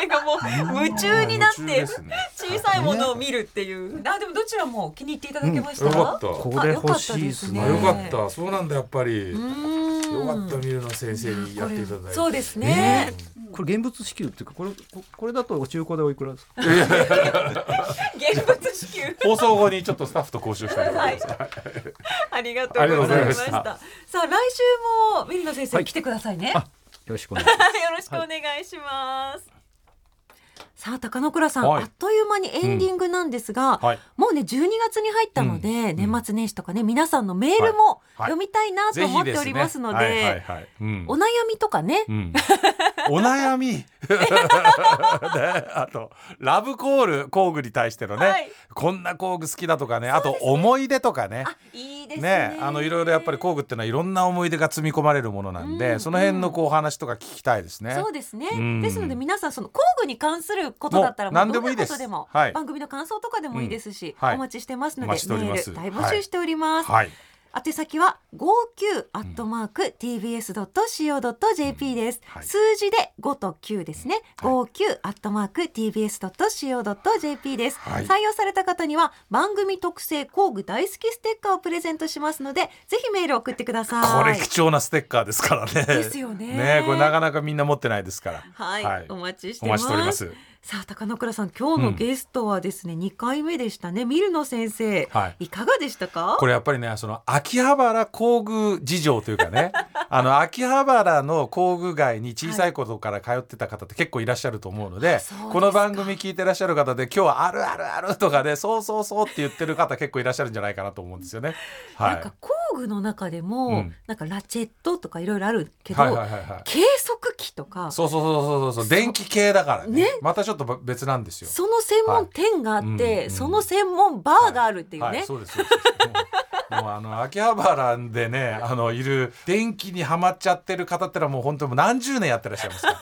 [SPEAKER 2] 生がもう夢中になっ
[SPEAKER 1] 夢中
[SPEAKER 2] て
[SPEAKER 1] ですね
[SPEAKER 2] 小さいものを見るっていう。あ、でもどちらも気に入っていただけました。
[SPEAKER 1] よかった。
[SPEAKER 4] これ欲しいですね
[SPEAKER 1] あよかった、そうなんだやっぱり。よ
[SPEAKER 2] うん
[SPEAKER 1] かったミルノ先生にやっていただいて。
[SPEAKER 2] そうですね。
[SPEAKER 4] これ現物支給っていうかこれここれだと中古でおいくらですか
[SPEAKER 2] 現物支給。
[SPEAKER 1] 放送後にちょっとスタッフと交渉したいと思います。
[SPEAKER 2] ありがとうございました。
[SPEAKER 1] ありがとうござい
[SPEAKER 2] さあ、来週もミリノ先生来てくださいね。
[SPEAKER 4] あよろしくお願いします
[SPEAKER 2] よろしくお願いします。さあ高野倉さん、
[SPEAKER 1] はい
[SPEAKER 2] あっという間にエンディングなんですが、
[SPEAKER 1] はい
[SPEAKER 2] もうね12月に入ったので、年末年始とかね皆さんのメール
[SPEAKER 1] は
[SPEAKER 2] も
[SPEAKER 1] いはい
[SPEAKER 2] 読みたいなと
[SPEAKER 1] ぜ
[SPEAKER 2] 思っ
[SPEAKER 1] ひで
[SPEAKER 2] てお
[SPEAKER 1] すね。
[SPEAKER 2] りますの
[SPEAKER 1] はいはい
[SPEAKER 2] で
[SPEAKER 1] はい。うん
[SPEAKER 2] お悩みとかね
[SPEAKER 1] うんお 悩みねあとラブコール工具に対してのね、
[SPEAKER 2] はい
[SPEAKER 1] こんな工具好きだとかねあと思い出とかね
[SPEAKER 2] あいいですね
[SPEAKER 1] ねあのいろいろやっぱり工具ってのはいろんな思い出が積み込まれるものなんで、
[SPEAKER 2] うん
[SPEAKER 1] その辺のこうお話とか聞きたいですね。
[SPEAKER 2] そうですね、
[SPEAKER 1] うん
[SPEAKER 2] ですので皆さんその工具に関することだったら
[SPEAKER 1] もう
[SPEAKER 2] もうどんな
[SPEAKER 1] 何でもいいで
[SPEAKER 2] こ
[SPEAKER 1] す
[SPEAKER 2] とでも
[SPEAKER 1] はい
[SPEAKER 2] 番組の感想とかでもいいですし、
[SPEAKER 1] うんはい
[SPEAKER 2] お待ちしてますの
[SPEAKER 1] お
[SPEAKER 2] で
[SPEAKER 1] 待ちしており
[SPEAKER 2] メ
[SPEAKER 1] ます
[SPEAKER 2] ール大募集しております、
[SPEAKER 1] はい
[SPEAKER 2] 宛先は59アットマーク tbs.co.jp です、
[SPEAKER 1] はい
[SPEAKER 2] 数字で5と9ですね、59アットマーク tbs.co.jp です、
[SPEAKER 1] はい
[SPEAKER 2] 採用された方には番組特製工具大好きステッカーをプレゼントしますのでぜひメールを送ってくださ
[SPEAKER 1] こ
[SPEAKER 2] い
[SPEAKER 1] れ貴重なステッカーですからね。
[SPEAKER 2] ですよね
[SPEAKER 1] ねこれなかなかみんな持ってないですから。
[SPEAKER 2] はい、お待ちして
[SPEAKER 1] お
[SPEAKER 2] ま
[SPEAKER 1] 待ち
[SPEAKER 2] す
[SPEAKER 1] しております。
[SPEAKER 2] さあ高野倉さん今日のゲストはですね、二2回目でしたねミルノ先生、
[SPEAKER 1] はい
[SPEAKER 2] い、かがでしたか
[SPEAKER 1] これやっぱりねその秋葉原工具事情という かねあの秋葉原の工具街に小さい頃から通ってた方って結構いらっしゃると思うので,、
[SPEAKER 2] そうですか
[SPEAKER 1] この番組聞いてらっしゃる方で今日はあるあるあるとかでそうそうそうって言ってる方結構いらっしゃるんじゃないかなと思うんですよね。は
[SPEAKER 2] なん
[SPEAKER 1] い
[SPEAKER 2] か、工具の中でも、
[SPEAKER 1] うん
[SPEAKER 2] なんかラチェットとかいろいろあるけど、
[SPEAKER 1] はいはいはいはい
[SPEAKER 2] 計測器とかそ
[SPEAKER 1] そうそうそうそうそう電気系だからね
[SPEAKER 2] ね
[SPEAKER 1] またちょっと別なんですよ。
[SPEAKER 2] の専門店があって、
[SPEAKER 1] はいうんうん
[SPEAKER 2] その専門バーがあるっていうね、
[SPEAKER 1] はい、そうですそうです。もう あの秋葉原でねあのいる電気にはまっちゃってる方ってのはもう本当もう何十年やってらっしゃいます から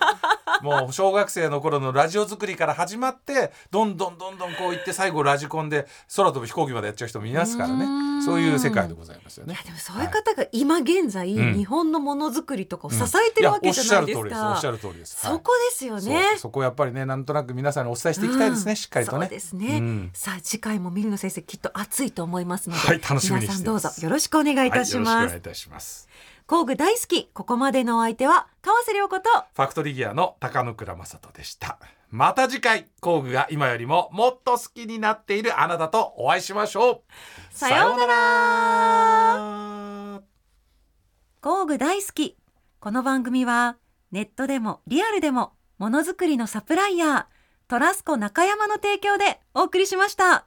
[SPEAKER 1] もう小学生の頃のラジオ作りから始まってどんどんどんどんこういって最後ラジコンで空飛ぶ飛行機までやっちゃう人もいますからねそういう世界でございますよ
[SPEAKER 2] い
[SPEAKER 1] ね
[SPEAKER 2] や。でもそういう方が今現在、
[SPEAKER 1] うん
[SPEAKER 2] 日本のものづくりとかを支え
[SPEAKER 1] い
[SPEAKER 2] てる
[SPEAKER 1] や
[SPEAKER 2] わ
[SPEAKER 1] お
[SPEAKER 2] け
[SPEAKER 1] っ
[SPEAKER 2] じゃ
[SPEAKER 1] しゃ
[SPEAKER 2] ない
[SPEAKER 1] る
[SPEAKER 2] です
[SPEAKER 1] 通りですお
[SPEAKER 2] か
[SPEAKER 1] っしゃる通りです。はい
[SPEAKER 2] そこですよね
[SPEAKER 1] そうそこをやっぱりねなんとなく皆さんにお伝えしていきたいですね、しっかりとね
[SPEAKER 2] そうですね、
[SPEAKER 1] うん
[SPEAKER 2] さあ次回もミリノ先生きっと熱いと思いますので、
[SPEAKER 1] はい楽しみにしてます
[SPEAKER 2] 皆さんどうぞよろしくお願いいたし
[SPEAKER 1] はい、よろしくお
[SPEAKER 2] ま
[SPEAKER 1] 願
[SPEAKER 2] す、
[SPEAKER 1] いいたします
[SPEAKER 2] 工具大好きここまでのお相手は川瀬良子と
[SPEAKER 1] ファクトリーギアの高野倉正人でしたまた次回工具が今よりももっと好きになっているあなたとお会いしましょう
[SPEAKER 2] さようなら
[SPEAKER 1] さようなら
[SPEAKER 2] 工具大好きこの番組はネットでもリアルでもものづくりのサプライヤートラスコ中山の提供でお送りしました